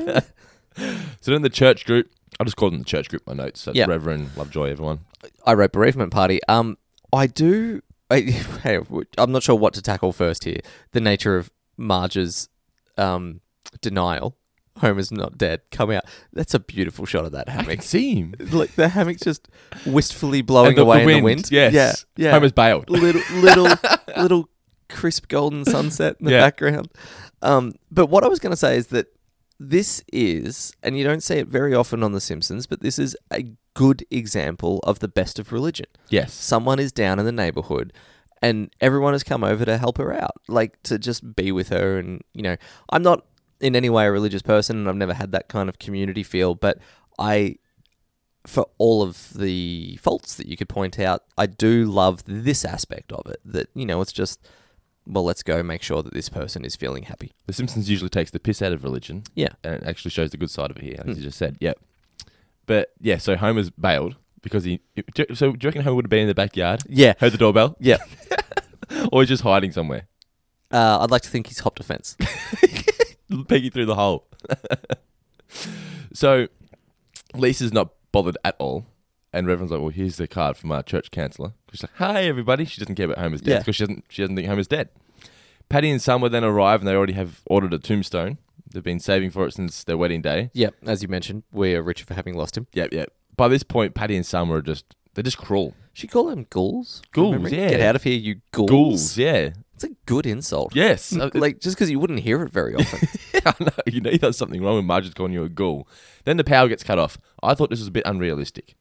[SPEAKER 1] so then the church group. I just call them the church group. in My notes. So it's
[SPEAKER 2] Yeah.
[SPEAKER 1] Reverend Lovejoy, everyone.
[SPEAKER 2] I wrote bereavement party. Um, I do. I, [laughs] hey, w- I'm not sure what to tackle first here. The nature of Marge's um, denial. Homer's not dead. Come out. That's a beautiful shot of that
[SPEAKER 1] I
[SPEAKER 2] hammock.
[SPEAKER 1] can see him.
[SPEAKER 2] like the hammock's just wistfully blowing
[SPEAKER 1] And the- the
[SPEAKER 2] away in
[SPEAKER 1] wind,
[SPEAKER 2] the wind.
[SPEAKER 1] yes.
[SPEAKER 2] Yeah. Yeah.
[SPEAKER 1] Homer's bailed.
[SPEAKER 2] Little little little crisp golden sunset in the
[SPEAKER 1] Yeah.
[SPEAKER 2] background. Um, but what I was going to say is that this is, and you don't see it very often on The Simpsons, but this is a good example of the best of religion
[SPEAKER 1] Yes.
[SPEAKER 2] someone is down in the neighborhood and everyone has come over to help her out like to just be with her and you know i'm not in any way a religious person and i've never had that kind of community feel but i for all of the faults that you could point out i do love this aspect of it that you know it's just well let's go make sure that this person is feeling happy
[SPEAKER 1] The Simpsons usually takes the piss out of religion.
[SPEAKER 2] yeah Hmm.
[SPEAKER 1] And it actually shows the good side of it here, as you just said. Yep. But yeah, so Homer's bailed because he. do you- So do you reckon Homer would have been in the backyard?
[SPEAKER 2] yeah
[SPEAKER 1] Heard the doorbell?
[SPEAKER 2] yeah
[SPEAKER 1] [laughs] Or he's just hiding somewhere?
[SPEAKER 2] uh, i'd like to think he's hopped a fence
[SPEAKER 1] [laughs] Peeking through the hole. so Lisa's not bothered at all. And Reverend's like, well, here's the card from our church counselor. She's like, hi, everybody. She doesn't care about Homer's death
[SPEAKER 2] Yeah.
[SPEAKER 1] because she, doesn't, she doesn't think Homer's dead. Patty and Summer then arrive and they already have ordered a tombstone. They've been saving for it since their wedding day.
[SPEAKER 2] [laughs] yep as you mentioned we're richer for having lost him
[SPEAKER 1] Yep, yep. By this point, Patty and Summer are just, they just crawl.
[SPEAKER 2] She call them ghouls.
[SPEAKER 1] Ghouls,
[SPEAKER 2] Remember?
[SPEAKER 1] yeah.
[SPEAKER 2] Get out of here, you ghouls.
[SPEAKER 1] Ghouls, yeah.
[SPEAKER 2] It's a good insult.
[SPEAKER 1] Yes. [laughs]
[SPEAKER 2] Uh, like just because you wouldn't hear it very often.
[SPEAKER 1] I know. You know there's something wrong with Marge's calling you a ghoul. Then the power gets cut off. I thought this was a bit unrealistic.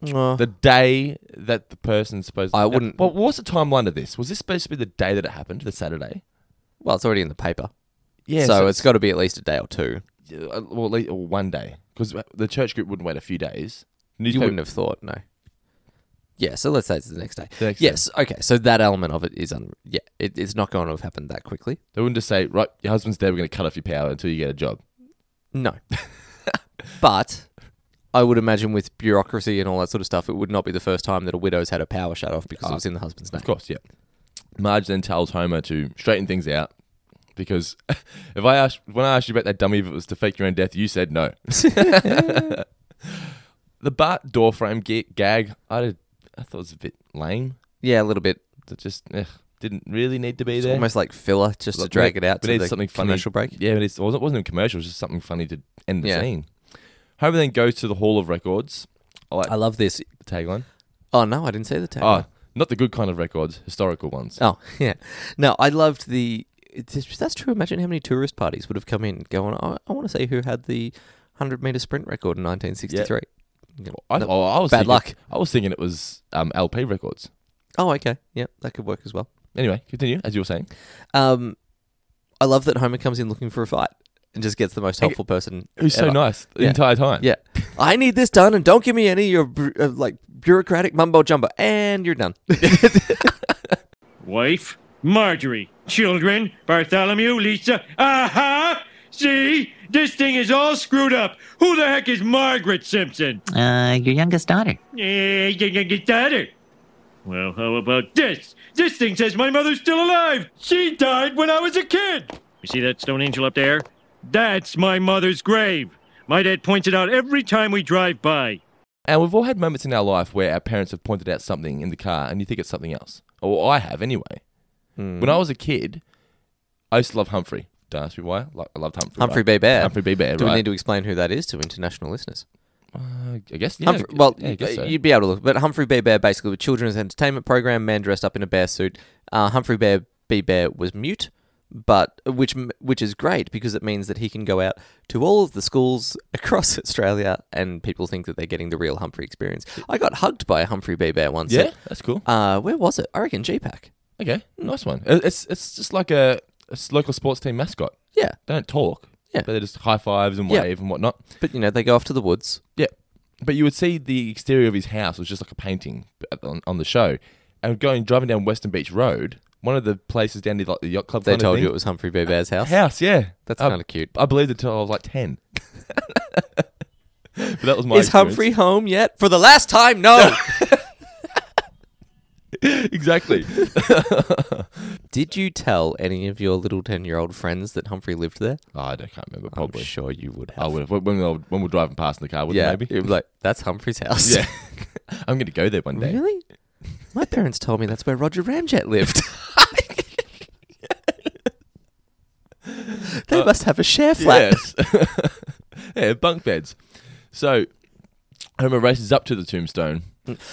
[SPEAKER 2] Uh,
[SPEAKER 1] The day that the person supposed
[SPEAKER 2] I
[SPEAKER 1] Now,
[SPEAKER 2] wouldn't-
[SPEAKER 1] what was the timeline of this? Was this supposed to be the day that it happened, the Saturday?
[SPEAKER 2] well, it's already in the paper.
[SPEAKER 1] Yeah.
[SPEAKER 2] so it's got to be at least a day or two.
[SPEAKER 1] uh, well, at least, or one day because the church group wouldn't wait a few days.
[SPEAKER 2] You
[SPEAKER 1] Newspaper-
[SPEAKER 2] wouldn't have thought, no. Yeah, so let's say it's the next day.
[SPEAKER 1] The next day.
[SPEAKER 2] yes, okay. So that element of it is un. Yeah, it, it's not going to have happened that quickly.
[SPEAKER 1] They wouldn't just say, "Right, your husband's dead. We're going to cut off your power until you get a job." [laughs]
[SPEAKER 2] No, but I would imagine with bureaucracy and all that sort of stuff, it would not be the first time that a widow's had a power shut off because it was in the husband's name.
[SPEAKER 1] Of course, yeah. Marge then tells Homer to straighten things out because [laughs] if I asked when I asked you about that dummy, if it was to fake your own death, you said
[SPEAKER 2] [laughs]
[SPEAKER 1] no. the Bart door frame ga- gag, I did, I thought it was a bit lame.
[SPEAKER 2] Yeah, a little bit.
[SPEAKER 1] That just eh, didn't really need to be
[SPEAKER 2] It's
[SPEAKER 1] there.
[SPEAKER 2] almost like filler just to drag it out.
[SPEAKER 1] We
[SPEAKER 2] to
[SPEAKER 1] need
[SPEAKER 2] the
[SPEAKER 1] something funny.
[SPEAKER 2] Commercial break.
[SPEAKER 1] Yeah, but it's, it wasn't, it wasn't even commercial. It was just something funny to end the
[SPEAKER 2] Yeah.
[SPEAKER 1] scene. Homer then goes to the Hall of Records. I like
[SPEAKER 2] I love this.
[SPEAKER 1] the tagline.
[SPEAKER 2] Oh no, I didn't see the tag.
[SPEAKER 1] Oh, not the good kind of records, historical ones.
[SPEAKER 2] Oh [laughs] yeah, no, I loved the. It's, that's true. Imagine how many tourist parties would have come in going. I, I want to see who had the hundred meter sprint record in 1963.
[SPEAKER 1] I, oh, I was
[SPEAKER 2] bad
[SPEAKER 1] thinking-
[SPEAKER 2] luck.
[SPEAKER 1] I was thinking it was um, LP records.
[SPEAKER 2] Oh, okay, yeah, that could work as well.
[SPEAKER 1] Anyway, continue as you were saying.
[SPEAKER 2] Um, I love that Homer comes in looking for a fight and just gets the most helpful person.
[SPEAKER 1] Who's so
[SPEAKER 2] ever.
[SPEAKER 1] nice the
[SPEAKER 2] Yeah.
[SPEAKER 1] entire time.
[SPEAKER 2] Yeah, I need this done, and don't give me any of your bu- uh, like bureaucratic mumbo jumbo, and you're
[SPEAKER 1] [laughs]
[SPEAKER 2] done.
[SPEAKER 4] Wife, Marjorie, children, Bartholomew, Lisa. Aha! See? This thing is all screwed up. Who the heck is Margaret Simpson?
[SPEAKER 6] Uh, your youngest daughter.
[SPEAKER 4] Eh, you can get that it. Well, how about this? This thing says my mother's still alive. She died when I was a kid. You see that stone angel up there? That's my mother's grave. My dad points it out every time we drive by.
[SPEAKER 1] And we've all had moments in our life where our parents have pointed out something in the car and you think it's something else. Or I have anyway. When I was a kid, I used to love Humphrey. Don't ask me why. Lo- I loved Humphrey.
[SPEAKER 2] Humphrey
[SPEAKER 1] right?
[SPEAKER 2] B. Bear.
[SPEAKER 1] Humphrey B. Bear,
[SPEAKER 2] Do
[SPEAKER 1] right?
[SPEAKER 2] we need to explain who that is to international listeners?
[SPEAKER 1] Uh, I guess. Yeah,
[SPEAKER 2] Humphrey, well, uh,
[SPEAKER 1] yeah, I guess so.
[SPEAKER 2] you'd be able to look. But Humphrey B. Bear, basically, with children's entertainment program, man dressed up in a bear suit. Uh, Humphrey Bear B. Bear was mute, but which m- which is great because it means that he can go out to all of the schools [laughs] across Australia, and people think that they're getting the real Humphrey experience. I got hugged by a Humphrey B. Bear once.
[SPEAKER 1] yeah, that's cool.
[SPEAKER 2] Uh, where was it? I reckon GPAC.
[SPEAKER 1] Okay, nice one. It- It's it's just like a, a s- local sports team mascot.
[SPEAKER 2] Yeah,
[SPEAKER 1] They don't talk.
[SPEAKER 2] Yeah.
[SPEAKER 1] but they just high fives and
[SPEAKER 2] Yeah.
[SPEAKER 1] wave and whatnot.
[SPEAKER 2] but you know they go off to the woods.
[SPEAKER 1] Yeah, but you would see the exterior of his house was just like a painting at- on, on the show. And going driving down Western Beach Road, one of the places down the like the yacht club.
[SPEAKER 2] They
[SPEAKER 1] kind of
[SPEAKER 2] told
[SPEAKER 1] thing.
[SPEAKER 2] you it was Humphrey B. Bear's house.
[SPEAKER 1] house. Yeah,
[SPEAKER 2] That's
[SPEAKER 1] I-
[SPEAKER 2] kinda cute.
[SPEAKER 1] I believed it till I was like ten. [laughs] but that was my.
[SPEAKER 2] Is
[SPEAKER 1] experience.
[SPEAKER 2] Humphrey home yet? For the last time, [laughs] no.
[SPEAKER 1] [laughs]
[SPEAKER 2] [laughs]
[SPEAKER 1] exactly?
[SPEAKER 2] Did you tell any of your little 10 year old friends that Humphrey lived there?
[SPEAKER 1] Oh, I don't, can't remember. Probably.
[SPEAKER 2] I'm sure you would have.
[SPEAKER 1] I would have when we were, when we were driving past in the car. Wouldn't
[SPEAKER 2] Yeah.
[SPEAKER 1] maybe.
[SPEAKER 2] You'd be like, that's Humphrey's house.
[SPEAKER 1] [laughs] yeah. [laughs] I'm going to go there one day.
[SPEAKER 2] [laughs] really? My parents told me that's where Roger Ramjet lived. [laughs]
[SPEAKER 1] Uh,
[SPEAKER 2] they must have a share flat.
[SPEAKER 1] Yes. [laughs] yeah, bunk beds. So Homer races up to the tombstone.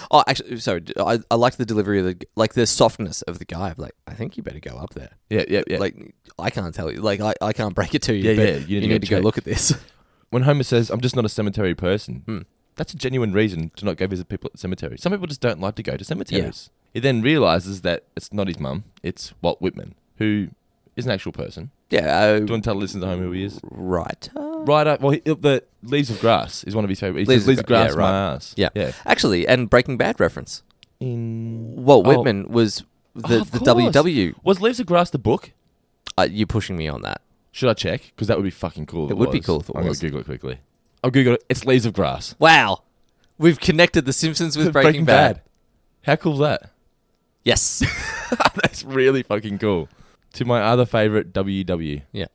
[SPEAKER 2] Oh, actually, sorry. d- I, I like the delivery of the, like the softness of the guy. I'm like, I think you better go up there.
[SPEAKER 1] Yeah, yeah, yeah. Like
[SPEAKER 2] Like, I can't tell you. Like, I, I can't break it to you.
[SPEAKER 1] Yeah,
[SPEAKER 2] but
[SPEAKER 1] yeah, you need
[SPEAKER 2] You,
[SPEAKER 1] to go
[SPEAKER 2] need to go
[SPEAKER 1] check.
[SPEAKER 2] look at this. [laughs]
[SPEAKER 1] when Homer says, "I'm just not a cemetery person," hmm, that's a genuine reason to not go visit people at cemeteries. Some people just don't like to go to cemeteries. He then realizes that it's not his mum; it's Walt Whitman, who is an actual person.
[SPEAKER 2] yeah.
[SPEAKER 1] Do you
[SPEAKER 2] Uh,
[SPEAKER 1] want to tell the listeners at home who he is?
[SPEAKER 2] right. Uh,
[SPEAKER 1] Right up. Well, he, the Leaves of Grass is one of his favorite. He says,
[SPEAKER 2] Leaves of
[SPEAKER 1] Leaves of
[SPEAKER 2] Gra- yeah,
[SPEAKER 1] Grass,
[SPEAKER 2] right.
[SPEAKER 1] my ass.
[SPEAKER 2] Yeah.
[SPEAKER 1] yeah.
[SPEAKER 2] Actually, and Breaking Bad reference.
[SPEAKER 1] In
[SPEAKER 2] Well,
[SPEAKER 1] Oh.
[SPEAKER 2] Whitman was the,
[SPEAKER 1] Oh, of
[SPEAKER 2] the
[SPEAKER 1] course.
[SPEAKER 2] WW.
[SPEAKER 1] was Leaves of Grass the book?
[SPEAKER 2] Uh, you're pushing me on that.
[SPEAKER 1] Should I check? Because that would be fucking cool. if
[SPEAKER 2] It would be
[SPEAKER 1] was.
[SPEAKER 2] cool if it
[SPEAKER 1] I'm
[SPEAKER 2] was.
[SPEAKER 1] gonna Google it quickly. I'll Google it. It's Leaves of Grass.
[SPEAKER 2] Wow. We've connected The Simpsons with Breaking, Bad.
[SPEAKER 1] How cool is that?
[SPEAKER 2] Yes. [laughs]
[SPEAKER 1] That's really fucking cool. To my other favorite, WW.
[SPEAKER 2] yeah.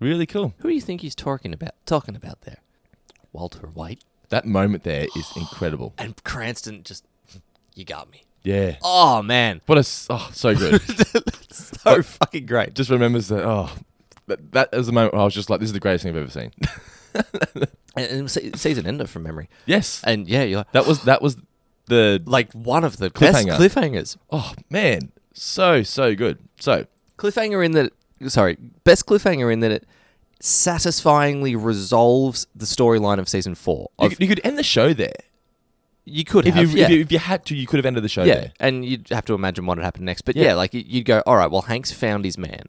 [SPEAKER 1] Really cool.
[SPEAKER 2] Who do you think he's talking about? Talking about there, Walter White
[SPEAKER 1] That moment there is incredible.
[SPEAKER 2] and Cranston. Just [laughs] you got me.
[SPEAKER 1] Yeah.
[SPEAKER 2] Oh man, [laughs]
[SPEAKER 1] What a s- oh, so good.
[SPEAKER 2] so fucking great.
[SPEAKER 1] Just remembers that. Oh, that, that is the moment where I was just like, this is the greatest thing I've ever seen. [laughs]
[SPEAKER 2] And, and se- season ender from memory.
[SPEAKER 1] yes.
[SPEAKER 2] And yeah, you're like,
[SPEAKER 1] That was that was The
[SPEAKER 2] Like one of the best
[SPEAKER 1] Cliffhanger.
[SPEAKER 2] cliffhangers.
[SPEAKER 1] oh man, so so good. So
[SPEAKER 2] Cliffhanger in that, sorry, best cliffhanger in that it satisfyingly resolves the storyline of season four.
[SPEAKER 1] you,
[SPEAKER 2] Of,
[SPEAKER 1] could- you could end the show there
[SPEAKER 2] you could
[SPEAKER 1] if
[SPEAKER 2] have,
[SPEAKER 1] you,
[SPEAKER 2] yeah.
[SPEAKER 1] if you if you had to. You could have ended the show
[SPEAKER 2] yeah,
[SPEAKER 1] there.
[SPEAKER 2] and you'd have to imagine what had happened next. But
[SPEAKER 1] Yeah.
[SPEAKER 2] yeah. like y- you'd go, all right, well, Hank's found his man.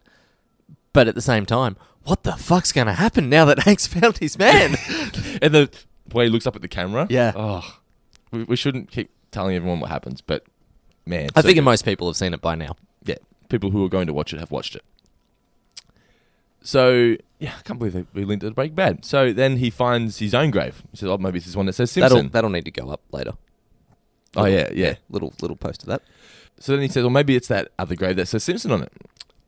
[SPEAKER 2] But at the same time, what the fuck's going to happen now that [laughs] Hank's found
[SPEAKER 1] [laughs]
[SPEAKER 2] his man?
[SPEAKER 1] And the way he looks up at the camera.
[SPEAKER 2] Yeah.
[SPEAKER 1] Oh, we, we shouldn't keep telling everyone what happens, but man,
[SPEAKER 2] I
[SPEAKER 1] so
[SPEAKER 2] think
[SPEAKER 1] good.
[SPEAKER 2] most people have seen it by now.
[SPEAKER 1] yeah, people who are going to watch it have watched it. So yeah, I can't believe they, we linked it to Breaking Bad. So then he finds his own grave. He says, "Oh, maybe this is one that says
[SPEAKER 2] That'll
[SPEAKER 1] Simpson."
[SPEAKER 2] that'll need to go up later.
[SPEAKER 1] oh yeah, yeah.
[SPEAKER 2] Little little post of that.
[SPEAKER 1] So then he says, "Well, maybe it's that other grave that says Simpson on it."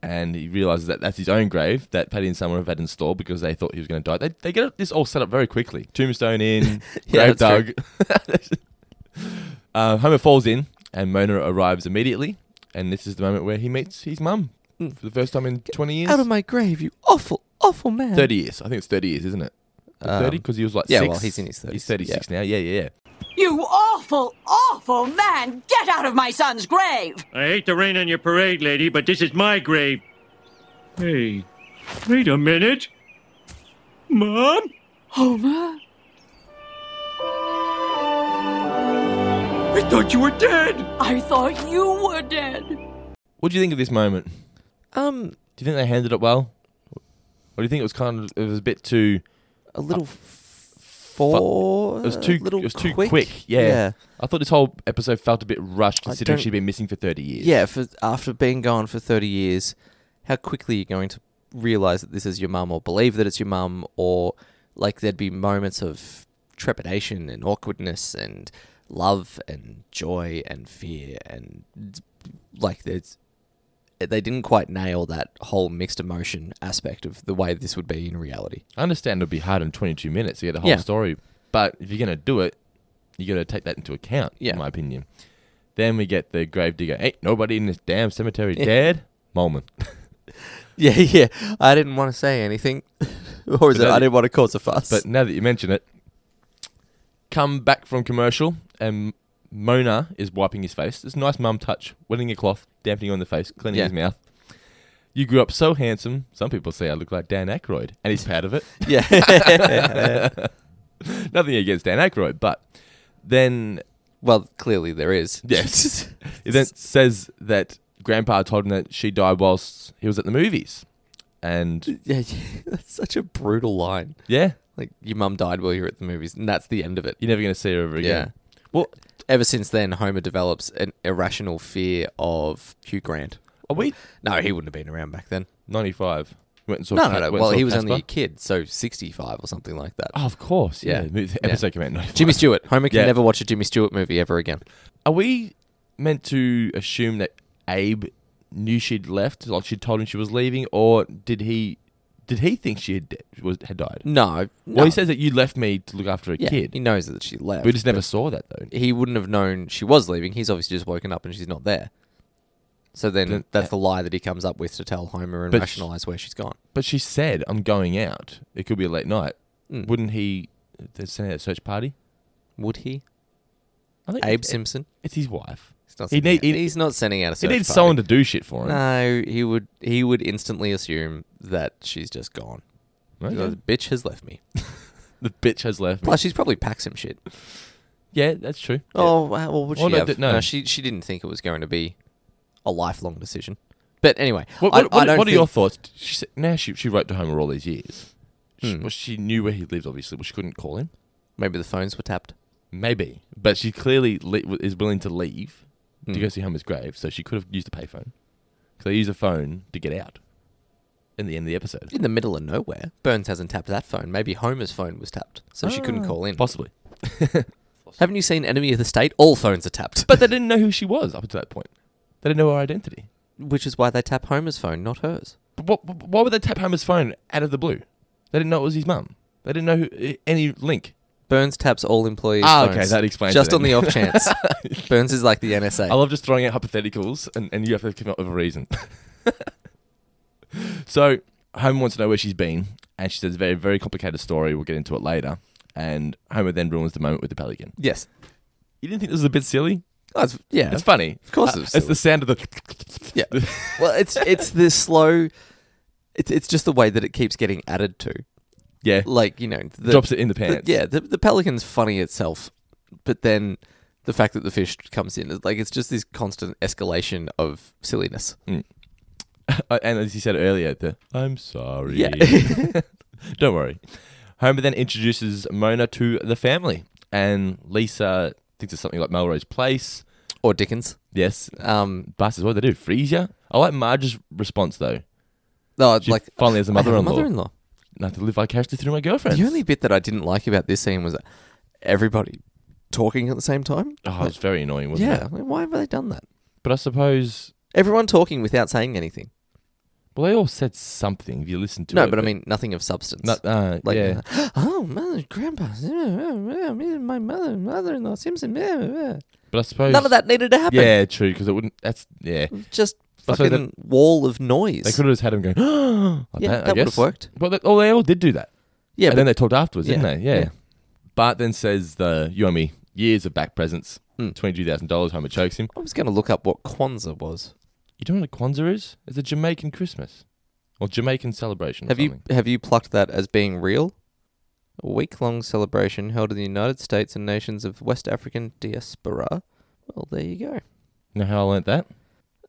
[SPEAKER 1] And he realizes that that's his own grave that Patty and Summer have had installed because they thought he was going to die. They, they get this all set up very quickly. Tombstone in,
[SPEAKER 2] [laughs] Yeah,
[SPEAKER 1] grave
[SPEAKER 2] that's
[SPEAKER 1] dug. [laughs] uh, Homer falls in, and Mona arrives immediately. And this is the moment where he meets his mum for the first time in twenty years.
[SPEAKER 2] Hmm. Out of my grave, you awful awful man.
[SPEAKER 1] 30 years. I think it's 30 years, isn't it?
[SPEAKER 2] Um,
[SPEAKER 1] 30? Because he was like
[SPEAKER 2] yeah,
[SPEAKER 1] six.
[SPEAKER 2] well, he's in his 30s,
[SPEAKER 1] He's 36 now. Yeah, yeah, yeah.
[SPEAKER 5] You awful, awful man! Get out of my son's grave!
[SPEAKER 4] I hate the rain on your parade, lady, but this is my grave. Hey, wait a minute. Mom?
[SPEAKER 5] Homer?
[SPEAKER 4] I thought you were dead.
[SPEAKER 5] I thought you were dead.
[SPEAKER 1] What do you think of this moment?
[SPEAKER 2] Um
[SPEAKER 1] Do you think they handled it well? Or do you think it was kind of, it was a bit too,
[SPEAKER 2] a little four
[SPEAKER 1] it was too,
[SPEAKER 2] Uh, little
[SPEAKER 1] it was too quick. Yeah. I thought this whole episode felt a bit rushed
[SPEAKER 2] I
[SPEAKER 1] considering
[SPEAKER 2] don't-
[SPEAKER 1] she'd been missing for 30 years.
[SPEAKER 2] Yeah, for after being gone for 30 years, how quickly you're going to realize that this is your mum or believe that it's your mum or like there'd be moments of trepidation and awkwardness and love and joy and fear and like there's they didn't quite nail that whole mixed emotion aspect of the way this would be in reality.
[SPEAKER 1] I understand it'll be hard in 22 minutes to get the whole
[SPEAKER 2] Yeah.
[SPEAKER 1] story, but if you're going to do it, you got to take that into account,
[SPEAKER 2] Yeah.
[SPEAKER 1] in my opinion. Then we get the gravedigger. Ain't nobody in this damn cemetery dead. Moment.
[SPEAKER 2] [laughs] Yeah, yeah. I didn't want to say anything, [laughs] or
[SPEAKER 1] But
[SPEAKER 2] is it I
[SPEAKER 1] that-
[SPEAKER 2] didn't want to cause a fuss.
[SPEAKER 1] But now that you mention it, come back from commercial and Mona is wiping his face. It's a nice mum touch, wetting a cloth, dampening on the face, cleaning
[SPEAKER 2] Yeah.
[SPEAKER 1] his mouth. You grew up so handsome. Some people say I look like Dan Aykroyd, and he's proud of
[SPEAKER 2] [laughs]
[SPEAKER 1] it.
[SPEAKER 2] [laughs] yeah,
[SPEAKER 1] Nothing against Dan Aykroyd, but then
[SPEAKER 2] well, clearly there is. [laughs]
[SPEAKER 1] Yes. it then says that Grandpa told him that she died whilst he was at the movies, and
[SPEAKER 2] Yeah, [laughs] yeah, that's such a brutal line.
[SPEAKER 1] yeah,
[SPEAKER 2] Like your mum died while you were at the movies, and that's the end of it.
[SPEAKER 1] you're never gonna see her ever again. Well,
[SPEAKER 2] Ever since then, Homer develops an irrational fear of Hugh Grant.
[SPEAKER 1] are we
[SPEAKER 2] No, he wouldn't have been around back then.
[SPEAKER 1] 95? Went and saw
[SPEAKER 2] No,
[SPEAKER 1] Ca-
[SPEAKER 2] no, no.
[SPEAKER 1] went and
[SPEAKER 2] Well,
[SPEAKER 1] saw
[SPEAKER 2] he was only
[SPEAKER 1] Casper.
[SPEAKER 2] a kid, so sixty-five or something like that.
[SPEAKER 1] Oh, of course. Yeah.
[SPEAKER 2] Yeah.
[SPEAKER 1] The movie- the
[SPEAKER 2] Yeah.
[SPEAKER 1] episode came out in 95.
[SPEAKER 2] Jimmy Stewart. Homer can
[SPEAKER 1] Yeah.
[SPEAKER 2] never watch a Jimmy Stewart movie ever again.
[SPEAKER 1] Are we meant to assume that Abe knew she'd left, like she told him she was leaving, or did he did he think she had de- was had died?
[SPEAKER 2] No. no.
[SPEAKER 1] Well, he says that you left me to look after a
[SPEAKER 2] yeah,
[SPEAKER 1] kid.
[SPEAKER 2] He knows that she left.
[SPEAKER 1] we just never saw that though.
[SPEAKER 2] he wouldn't have known she was leaving. He's obviously just woken up and she's not there. So then
[SPEAKER 1] Then-
[SPEAKER 2] that's the lie that he comes up with to tell Homer and
[SPEAKER 1] But-
[SPEAKER 2] rationalize where she's gone.
[SPEAKER 1] But she said, "I'm going out. It could be a late night."
[SPEAKER 2] Hmm.
[SPEAKER 1] Wouldn't he they send out a search party?
[SPEAKER 2] Would he?
[SPEAKER 1] I think
[SPEAKER 2] Abe
[SPEAKER 1] it-
[SPEAKER 2] Simpson?
[SPEAKER 1] it's his wife.
[SPEAKER 2] He's not
[SPEAKER 1] He
[SPEAKER 2] sending
[SPEAKER 1] need-
[SPEAKER 2] out-
[SPEAKER 1] he-
[SPEAKER 2] he's not sending out a
[SPEAKER 1] He
[SPEAKER 2] search
[SPEAKER 1] needs
[SPEAKER 2] party.
[SPEAKER 1] someone to do shit for him.
[SPEAKER 2] No, he would he would instantly assume that she's just gone.
[SPEAKER 1] Okay.
[SPEAKER 2] The bitch has left me.
[SPEAKER 1] The bitch has left. me.
[SPEAKER 2] Plus, she's probably packed some shit.
[SPEAKER 1] Yeah, that's true.
[SPEAKER 2] Oh, wow, well, would
[SPEAKER 1] Oh,
[SPEAKER 2] she
[SPEAKER 1] no,
[SPEAKER 2] have?
[SPEAKER 1] th- no.
[SPEAKER 2] no. she she didn't think it was going to be a lifelong decision. But anyway,
[SPEAKER 1] What, what,
[SPEAKER 2] I- I
[SPEAKER 1] what-
[SPEAKER 2] don't
[SPEAKER 1] what are
[SPEAKER 2] think-
[SPEAKER 1] your thoughts? She said, now she she wrote to Homer all these years. She,
[SPEAKER 2] Hmm.
[SPEAKER 1] well, she knew where he lived, obviously, but she couldn't call him.
[SPEAKER 2] Maybe the phones were tapped.
[SPEAKER 1] Maybe, but she clearly le- is willing to leave
[SPEAKER 2] Hmm.
[SPEAKER 1] to go see Homer's grave, so she could have used a payphone. So they use a phone to get out. In the end of the episode,
[SPEAKER 2] in the middle of nowhere. Burns hasn't tapped that phone. Maybe Homer's phone was tapped, so she
[SPEAKER 1] Oh.
[SPEAKER 2] couldn't call in.
[SPEAKER 1] possibly,
[SPEAKER 2] Haven't you seen Enemy of the State? All phones are tapped.
[SPEAKER 1] but they didn't know who she was up until that point. They didn't know her identity.
[SPEAKER 2] [laughs] Which is why they tap Homer's phone, not hers.
[SPEAKER 1] But what, but why would they tap Homer's phone out of the blue? They didn't know it was his mum. They didn't know who, any link.
[SPEAKER 2] Burns taps all employees.
[SPEAKER 1] Ah, okay,
[SPEAKER 2] phones,
[SPEAKER 1] that explains
[SPEAKER 2] Just
[SPEAKER 1] it
[SPEAKER 2] on the
[SPEAKER 1] [laughs]
[SPEAKER 2] off chance, Burns is like the NSA.
[SPEAKER 1] I love just throwing out hypotheticals, and, and you have to come up with a reason. [laughs] so Homer wants to know where she's been, and she says a very very complicated story. We'll get into it later. And Homer then ruins the moment with the pelican.
[SPEAKER 2] yes,
[SPEAKER 1] You didn't think this was a bit silly?
[SPEAKER 2] Oh, it's, yeah,
[SPEAKER 1] It's funny.
[SPEAKER 2] Of course,
[SPEAKER 1] Uh,
[SPEAKER 2] it's,
[SPEAKER 1] it's the sound of the. [laughs]
[SPEAKER 2] yeah. well, it's it's the slow. It's it's just the way that it keeps getting added to.
[SPEAKER 1] yeah.
[SPEAKER 2] Like you know, the,
[SPEAKER 1] drops it in the
[SPEAKER 2] the-
[SPEAKER 1] pants.
[SPEAKER 2] yeah, the, the pelican's funny itself, but then the fact that the fish comes in, like it's just this constant escalation of silliness.
[SPEAKER 1] Uh, and as you said earlier, the I'm sorry. [laughs]
[SPEAKER 2] Yeah.
[SPEAKER 1] Don't worry. Homer then introduces Mona to the family, and Lisa thinks it's something like Melrose Place.
[SPEAKER 2] Or Dickens.
[SPEAKER 1] Yes,
[SPEAKER 2] Um,
[SPEAKER 1] bastards. What do they do? Freeze ya? I like Marge's response though.
[SPEAKER 2] no,
[SPEAKER 1] She
[SPEAKER 2] like
[SPEAKER 1] finally
[SPEAKER 2] [laughs]
[SPEAKER 1] has a
[SPEAKER 2] I have a
[SPEAKER 1] mother-in-law.
[SPEAKER 2] mother-in-law.
[SPEAKER 1] And I have to live vicariously through my girlfriend.
[SPEAKER 2] The only bit that I didn't like about this scene was everybody talking at the same time.
[SPEAKER 1] Oh, it's very annoying, wasn't
[SPEAKER 2] yeah,
[SPEAKER 1] it?
[SPEAKER 2] like, why have they done that?
[SPEAKER 1] But I suppose
[SPEAKER 2] Everyone talking without saying anything.
[SPEAKER 1] well they all said something if you listen to it.
[SPEAKER 2] No, but I mean nothing of substance.
[SPEAKER 1] no, uh,
[SPEAKER 2] like,
[SPEAKER 1] yeah.
[SPEAKER 2] [gasps] oh, mother, grandpa, [gasps] my mother, mother-in-law, [gasps] Simpson. None
[SPEAKER 1] But I suppose
[SPEAKER 2] of that needed to happen.
[SPEAKER 1] Yeah, true. Because it wouldn't. That's yeah.
[SPEAKER 2] just
[SPEAKER 1] I suppose
[SPEAKER 2] fucking wall of noise.
[SPEAKER 1] They could
[SPEAKER 2] [gasps]
[SPEAKER 1] have just had him going. like
[SPEAKER 2] Yeah,
[SPEAKER 1] that, I
[SPEAKER 2] that would've
[SPEAKER 1] guess.
[SPEAKER 2] worked.
[SPEAKER 1] Well, they, oh, they all did do that.
[SPEAKER 2] yeah,
[SPEAKER 1] and
[SPEAKER 2] but
[SPEAKER 1] then they talked afterwards,
[SPEAKER 2] Yeah.
[SPEAKER 1] didn't they? Yeah.
[SPEAKER 2] Yeah.
[SPEAKER 1] Bart then says the you owe me years of back presents,
[SPEAKER 2] Hmm.
[SPEAKER 1] twenty two thousand dollars. Homer chokes him.
[SPEAKER 2] I was going to look up what Kwanzaa was.
[SPEAKER 1] You don't know what Kwanzaa is? It's a Jamaican Christmas or Jamaican celebration. Or
[SPEAKER 2] Have you
[SPEAKER 1] something.
[SPEAKER 2] have you plucked that as being real? A week long celebration held in the United States and nations of West African diaspora. Well, there you
[SPEAKER 1] know how I learnt that?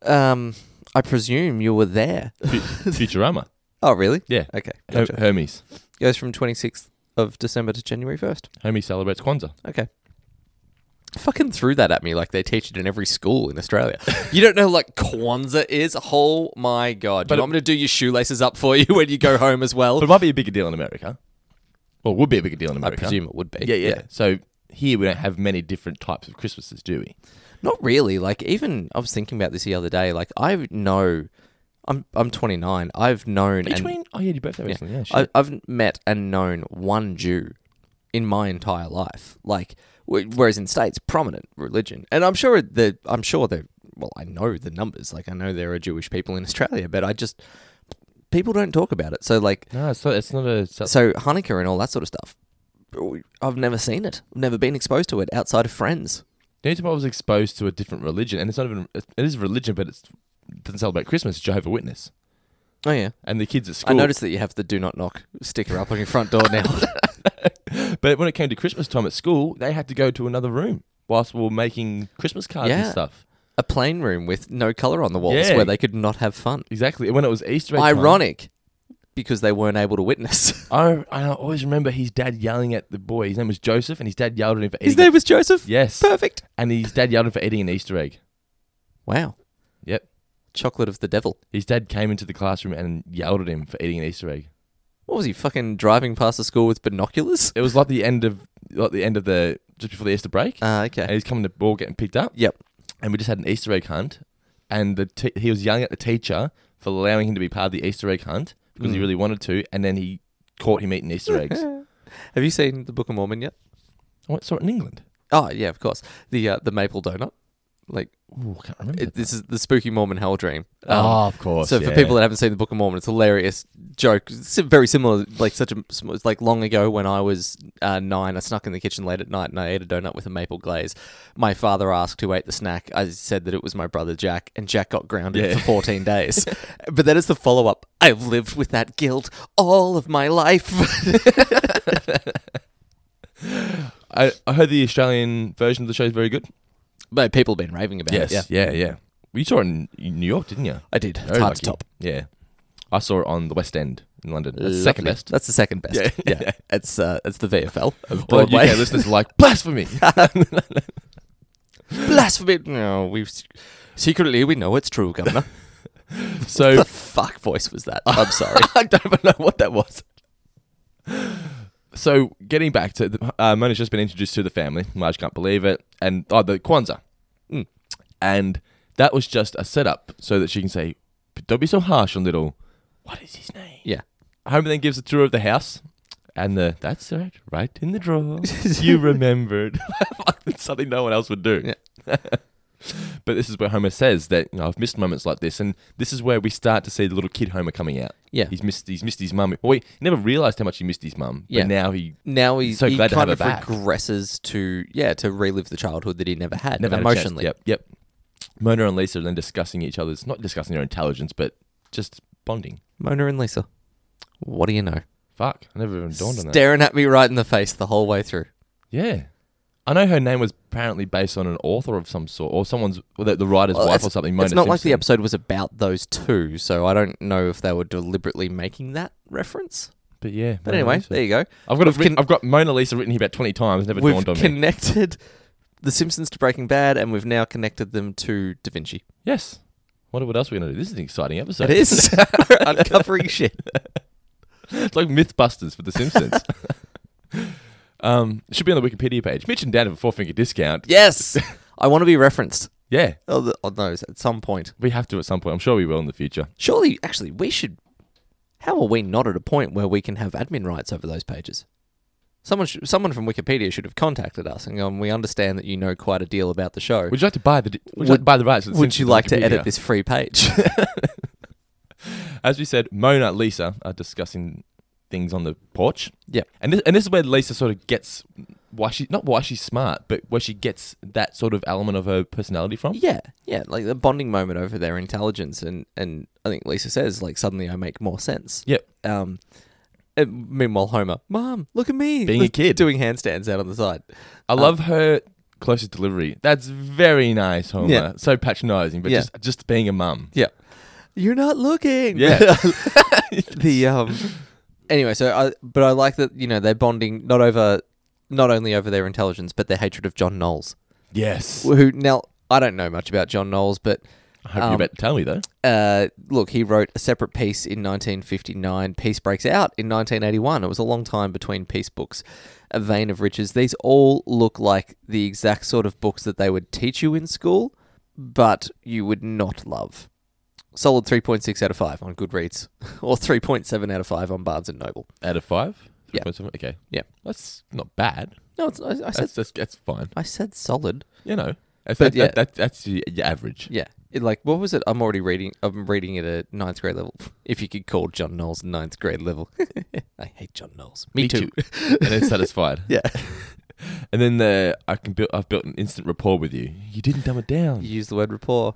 [SPEAKER 2] go. Um, I presume you were [laughs] there.
[SPEAKER 1] Fu- Futurama.
[SPEAKER 2] oh, really?
[SPEAKER 1] Yeah.
[SPEAKER 2] Okay.
[SPEAKER 1] Her-
[SPEAKER 2] Gotcha.
[SPEAKER 1] Hermes.
[SPEAKER 2] Goes from twenty sixth of December to January first.
[SPEAKER 1] Hermes celebrates Kwanzaa.
[SPEAKER 2] Okay. Fucking threw that at me like they teach it in every school in Australia. You don't know like Kwanzaa is. Oh my god! Do
[SPEAKER 1] But
[SPEAKER 2] you
[SPEAKER 1] it-
[SPEAKER 2] want me to do your shoelaces up for you when you go home as well?
[SPEAKER 1] But it might be a bigger deal in America. Well, it would be a bigger deal in
[SPEAKER 2] I
[SPEAKER 1] America.
[SPEAKER 2] presume it would be.
[SPEAKER 1] Yeah, yeah, So here we don't have many different types of Christmases, do we?
[SPEAKER 2] Not really. Like even I was thinking about this the other day. Like I know, I'm I'm 29. I've known and
[SPEAKER 1] Between oh yeah, your birthday recently. Yeah,
[SPEAKER 2] I,
[SPEAKER 1] shit.
[SPEAKER 2] I've met and known one Jew in my entire life. Like wh- whereas in states prominent religion, and I'm sure the I'm sure they well I know the numbers. Like I know there are Jewish people in [laughs] Australia, but I just people don't talk about it. So like
[SPEAKER 1] no, it's not, it's not a. So,
[SPEAKER 2] so Hanukkah and all that sort of stuff. I've never seen it. I've never been exposed to it outside of friends.
[SPEAKER 1] The only time I was exposed to a different religion, and it's not even it is a religion, but it's it doesn't celebrate Christmas. It's Jehovah Witness,
[SPEAKER 2] Oh yeah.
[SPEAKER 1] and the kids at
[SPEAKER 2] I
[SPEAKER 1] school.
[SPEAKER 2] noticed that you have the do not knock sticker up on your front door [laughs] now.
[SPEAKER 1] but when it came to Christmas time at school, they had to go to another room whilst we were making Christmas cards and
[SPEAKER 2] Yeah.
[SPEAKER 1] stuff.
[SPEAKER 2] a plain room with no color on the walls
[SPEAKER 1] Yeah.
[SPEAKER 2] where they could not have fun.
[SPEAKER 1] Exactly. When it was Easter, egg time,
[SPEAKER 2] Ironic because they weren't able to witness. [laughs]
[SPEAKER 1] I, I always remember his dad yelling at the boy. His name was Joseph, and his dad yelled at him for
[SPEAKER 2] His
[SPEAKER 1] eating.
[SPEAKER 2] name was Joseph.
[SPEAKER 1] yes,
[SPEAKER 2] Perfect.
[SPEAKER 1] and his dad yelled at him for eating an Easter egg.
[SPEAKER 2] Wow.
[SPEAKER 1] Yep.
[SPEAKER 2] Chocolate of the devil.
[SPEAKER 1] His dad came into the classroom and yelled at him for eating an Easter egg.
[SPEAKER 2] What was he fucking driving past the school with binoculars?
[SPEAKER 1] It was like the end of like the end of the just before the Easter break.
[SPEAKER 2] Ah,
[SPEAKER 1] and
[SPEAKER 2] okay.
[SPEAKER 1] he's coming to ball getting picked up.
[SPEAKER 2] Yep.
[SPEAKER 1] and we just had an Easter egg hunt, and the t- he was yelling at the teacher for allowing him to be part of the Easter egg hunt because he really wanted to, and then he caught him eating Easter [laughs] eggs. I
[SPEAKER 2] Have you seen the Book of Mormon yet?
[SPEAKER 1] went saw it in England.
[SPEAKER 2] Oh yeah, of course. The uh, the maple donut. Like
[SPEAKER 1] Ooh, I can't remember.
[SPEAKER 2] it, this is the spooky Mormon hell dream. Um,
[SPEAKER 1] oh, of course.
[SPEAKER 2] So for
[SPEAKER 1] yeah.
[SPEAKER 2] people that haven't seen the Book of Mormon, it's a hilarious joke. It's very similar, like such a sm- it's like long ago when I was uh, nine, I snuck in the kitchen late at night and I ate a donut with a maple glaze. My father asked who ate the snack. I said that it was my brother Jack, and Jack got grounded
[SPEAKER 1] Yeah.
[SPEAKER 2] for
[SPEAKER 1] [laughs]
[SPEAKER 2] fourteen days. but that is the follow up. I've lived with that guilt all of my life. [laughs]
[SPEAKER 1] I, I heard the Australian version of the show is very good.
[SPEAKER 2] but people have been raving about it. Yeah,
[SPEAKER 1] yeah, yeah. You saw it in New York, didn't you?
[SPEAKER 2] I did. It's
[SPEAKER 1] Very
[SPEAKER 2] hard
[SPEAKER 1] lucky.
[SPEAKER 2] to top.
[SPEAKER 1] Yeah, I saw it on the West End in London. That's the
[SPEAKER 2] Lovely.
[SPEAKER 1] second best.
[SPEAKER 2] That's the second best.
[SPEAKER 1] Yeah.
[SPEAKER 2] Yeah,
[SPEAKER 1] [laughs]
[SPEAKER 2] it's uh, it's the VFL of
[SPEAKER 1] All the
[SPEAKER 2] Broadway.
[SPEAKER 1] UK listeners are like blasphemy.
[SPEAKER 2] [laughs] Blasphemy! No, we secretly we know it's
[SPEAKER 1] [laughs]
[SPEAKER 2] true, Governor.
[SPEAKER 1] so
[SPEAKER 2] the fuck voice was that? I'm [laughs] sorry.
[SPEAKER 1] I don't even know what that was. So, getting back to the, uh, Mona's just been introduced to the family. Marge can't believe it, and oh, the Kwanzaa,
[SPEAKER 2] Hmm.
[SPEAKER 1] and that was just a setup so that she can say, "But "Don't be so harsh on little." What is his name?
[SPEAKER 2] yeah,
[SPEAKER 1] Homer then gives a tour of the house, and the that's right, right in the [laughs]
[SPEAKER 2] [laughs]
[SPEAKER 1] drawer. you remembered Fucking something no one else would do.
[SPEAKER 2] Yeah.
[SPEAKER 1] [laughs] But this is where Homer says that you know, I've missed moments like this, and this is where we start to see the little kid Homer coming out.
[SPEAKER 2] Yeah.
[SPEAKER 1] he's missed he's missed his mum. Well, he never realized how much he missed his mum.
[SPEAKER 2] Yeah.
[SPEAKER 1] but now he
[SPEAKER 2] Now he's
[SPEAKER 1] so
[SPEAKER 2] he
[SPEAKER 1] glad to
[SPEAKER 2] kind
[SPEAKER 1] have
[SPEAKER 2] of
[SPEAKER 1] her back.
[SPEAKER 2] regresses to yeah to relive the childhood that he never had
[SPEAKER 1] never had a chance-
[SPEAKER 2] emotionally.
[SPEAKER 1] Yep, yep. Mona and Lisa are then discussing each other's not discussing their intelligence, but just bonding.
[SPEAKER 2] Mona and Lisa, what do you know?
[SPEAKER 1] Fuck, I never even dawned on that.
[SPEAKER 2] Staring at me right in the face the whole way through.
[SPEAKER 1] Yeah. I know her name was apparently based on an author of some sort, or someone's, well, the, the writer's
[SPEAKER 2] Well,
[SPEAKER 1] wife
[SPEAKER 2] it's-
[SPEAKER 1] or something.
[SPEAKER 2] It's
[SPEAKER 1] Mona
[SPEAKER 2] not like the
[SPEAKER 1] Simpson.
[SPEAKER 2] episode was about those two, so I don't know if they were deliberately making that reference.
[SPEAKER 1] But yeah.
[SPEAKER 2] But
[SPEAKER 1] Mona
[SPEAKER 2] anyway,
[SPEAKER 1] Lisa.
[SPEAKER 2] there you go.
[SPEAKER 1] I've got, a
[SPEAKER 2] We've
[SPEAKER 1] written,
[SPEAKER 2] con-
[SPEAKER 1] I've got Mona Lisa written here about 20 times, never
[SPEAKER 2] We've
[SPEAKER 1] dawned on me.
[SPEAKER 2] connected The Simpsons to Breaking Bad, and we've now connected them to Da Vinci.
[SPEAKER 1] Yes. What, what else are we going to do? This is an exciting episode.
[SPEAKER 2] It is. We're [laughs] uncovering shit.
[SPEAKER 1] [laughs] It's like Mythbusters for The Simpsons. [laughs] um, it should be on the Wikipedia page. Mitch and Dan have a four finger discount.
[SPEAKER 2] Yes.
[SPEAKER 1] [laughs]
[SPEAKER 2] I want to be referenced
[SPEAKER 1] Yeah.
[SPEAKER 2] on th-
[SPEAKER 1] oh,
[SPEAKER 2] on those at some point.
[SPEAKER 1] We have to at some point. I'm sure we will in the future.
[SPEAKER 2] Surely, actually, we should. How are we not at a point where we can have admin rights over those pages? Someone, sh- someone from Wikipedia should have contacted us and gone. We understand that you know quite a deal about the show.
[SPEAKER 1] Would you like to buy the, would you like to buy the rights? to The
[SPEAKER 2] Would you
[SPEAKER 1] Simpsons on
[SPEAKER 2] like to
[SPEAKER 1] Wikipedia?
[SPEAKER 2] edit this
[SPEAKER 1] [laughs]
[SPEAKER 2] free page?
[SPEAKER 1] As we said, Mona and Lisa are discussing things on the porch.
[SPEAKER 2] Yep.
[SPEAKER 1] And this, and this is where Lisa sort of gets why she not why she's smart, but where she gets that sort of element of her personality from.
[SPEAKER 2] yeah, yeah, like the bonding moment over their intelligence, and and I think Lisa says like suddenly I make more sense.
[SPEAKER 1] Yep.
[SPEAKER 2] Um, and meanwhile, Homer, Mom, look at me
[SPEAKER 1] Being a
[SPEAKER 2] Like,
[SPEAKER 1] kid.
[SPEAKER 2] doing handstands out on the side.
[SPEAKER 1] I love her closest delivery. That's very nice, Homer.
[SPEAKER 2] Yeah.
[SPEAKER 1] So patronizing, but
[SPEAKER 2] Yeah.
[SPEAKER 1] just just being a mum.
[SPEAKER 2] Yeah. You're not looking.
[SPEAKER 1] Yeah.
[SPEAKER 2] [laughs] the um anyway, so I but I like that, you know, they're bonding not over not only over their intelligence, but their hatred of John Knowles.
[SPEAKER 1] Yes.
[SPEAKER 2] Who now I don't know much about John Knowles, but
[SPEAKER 1] I hope
[SPEAKER 2] um,
[SPEAKER 1] you're about to tell me though.
[SPEAKER 2] uh, look, he wrote a separate piece in 1959. Peace breaks out in 1981. It was a long time between peace books. A vein of riches. These all look like the exact sort of books that they would teach you in school, but you would not love. Solid 3.6 out of 5 on Goodreads, [laughs] or 3.7 out of 5 on Barnes and Noble.
[SPEAKER 1] Out of five?
[SPEAKER 2] Yeah.
[SPEAKER 1] 3.7? Okay.
[SPEAKER 2] Yeah.
[SPEAKER 1] That's not bad.
[SPEAKER 2] No, it's, I, I said
[SPEAKER 1] That's that's, that's fine.
[SPEAKER 2] I said solid.
[SPEAKER 1] You know. That's,
[SPEAKER 2] But
[SPEAKER 1] that,
[SPEAKER 2] yeah.
[SPEAKER 1] that, that, that's your, your average.
[SPEAKER 2] Yeah. It, like what was it? I'm already reading. I'm reading it at ninth grade level. If you could call John Knowles ninth grade level, [laughs] I hate John Knowles. Me, too.
[SPEAKER 1] and then satisfied.
[SPEAKER 2] Yeah.
[SPEAKER 1] [laughs] And then the I can build. I've built an instant rapport with you. You didn't dumb it down.
[SPEAKER 2] [laughs] You use the word rapport.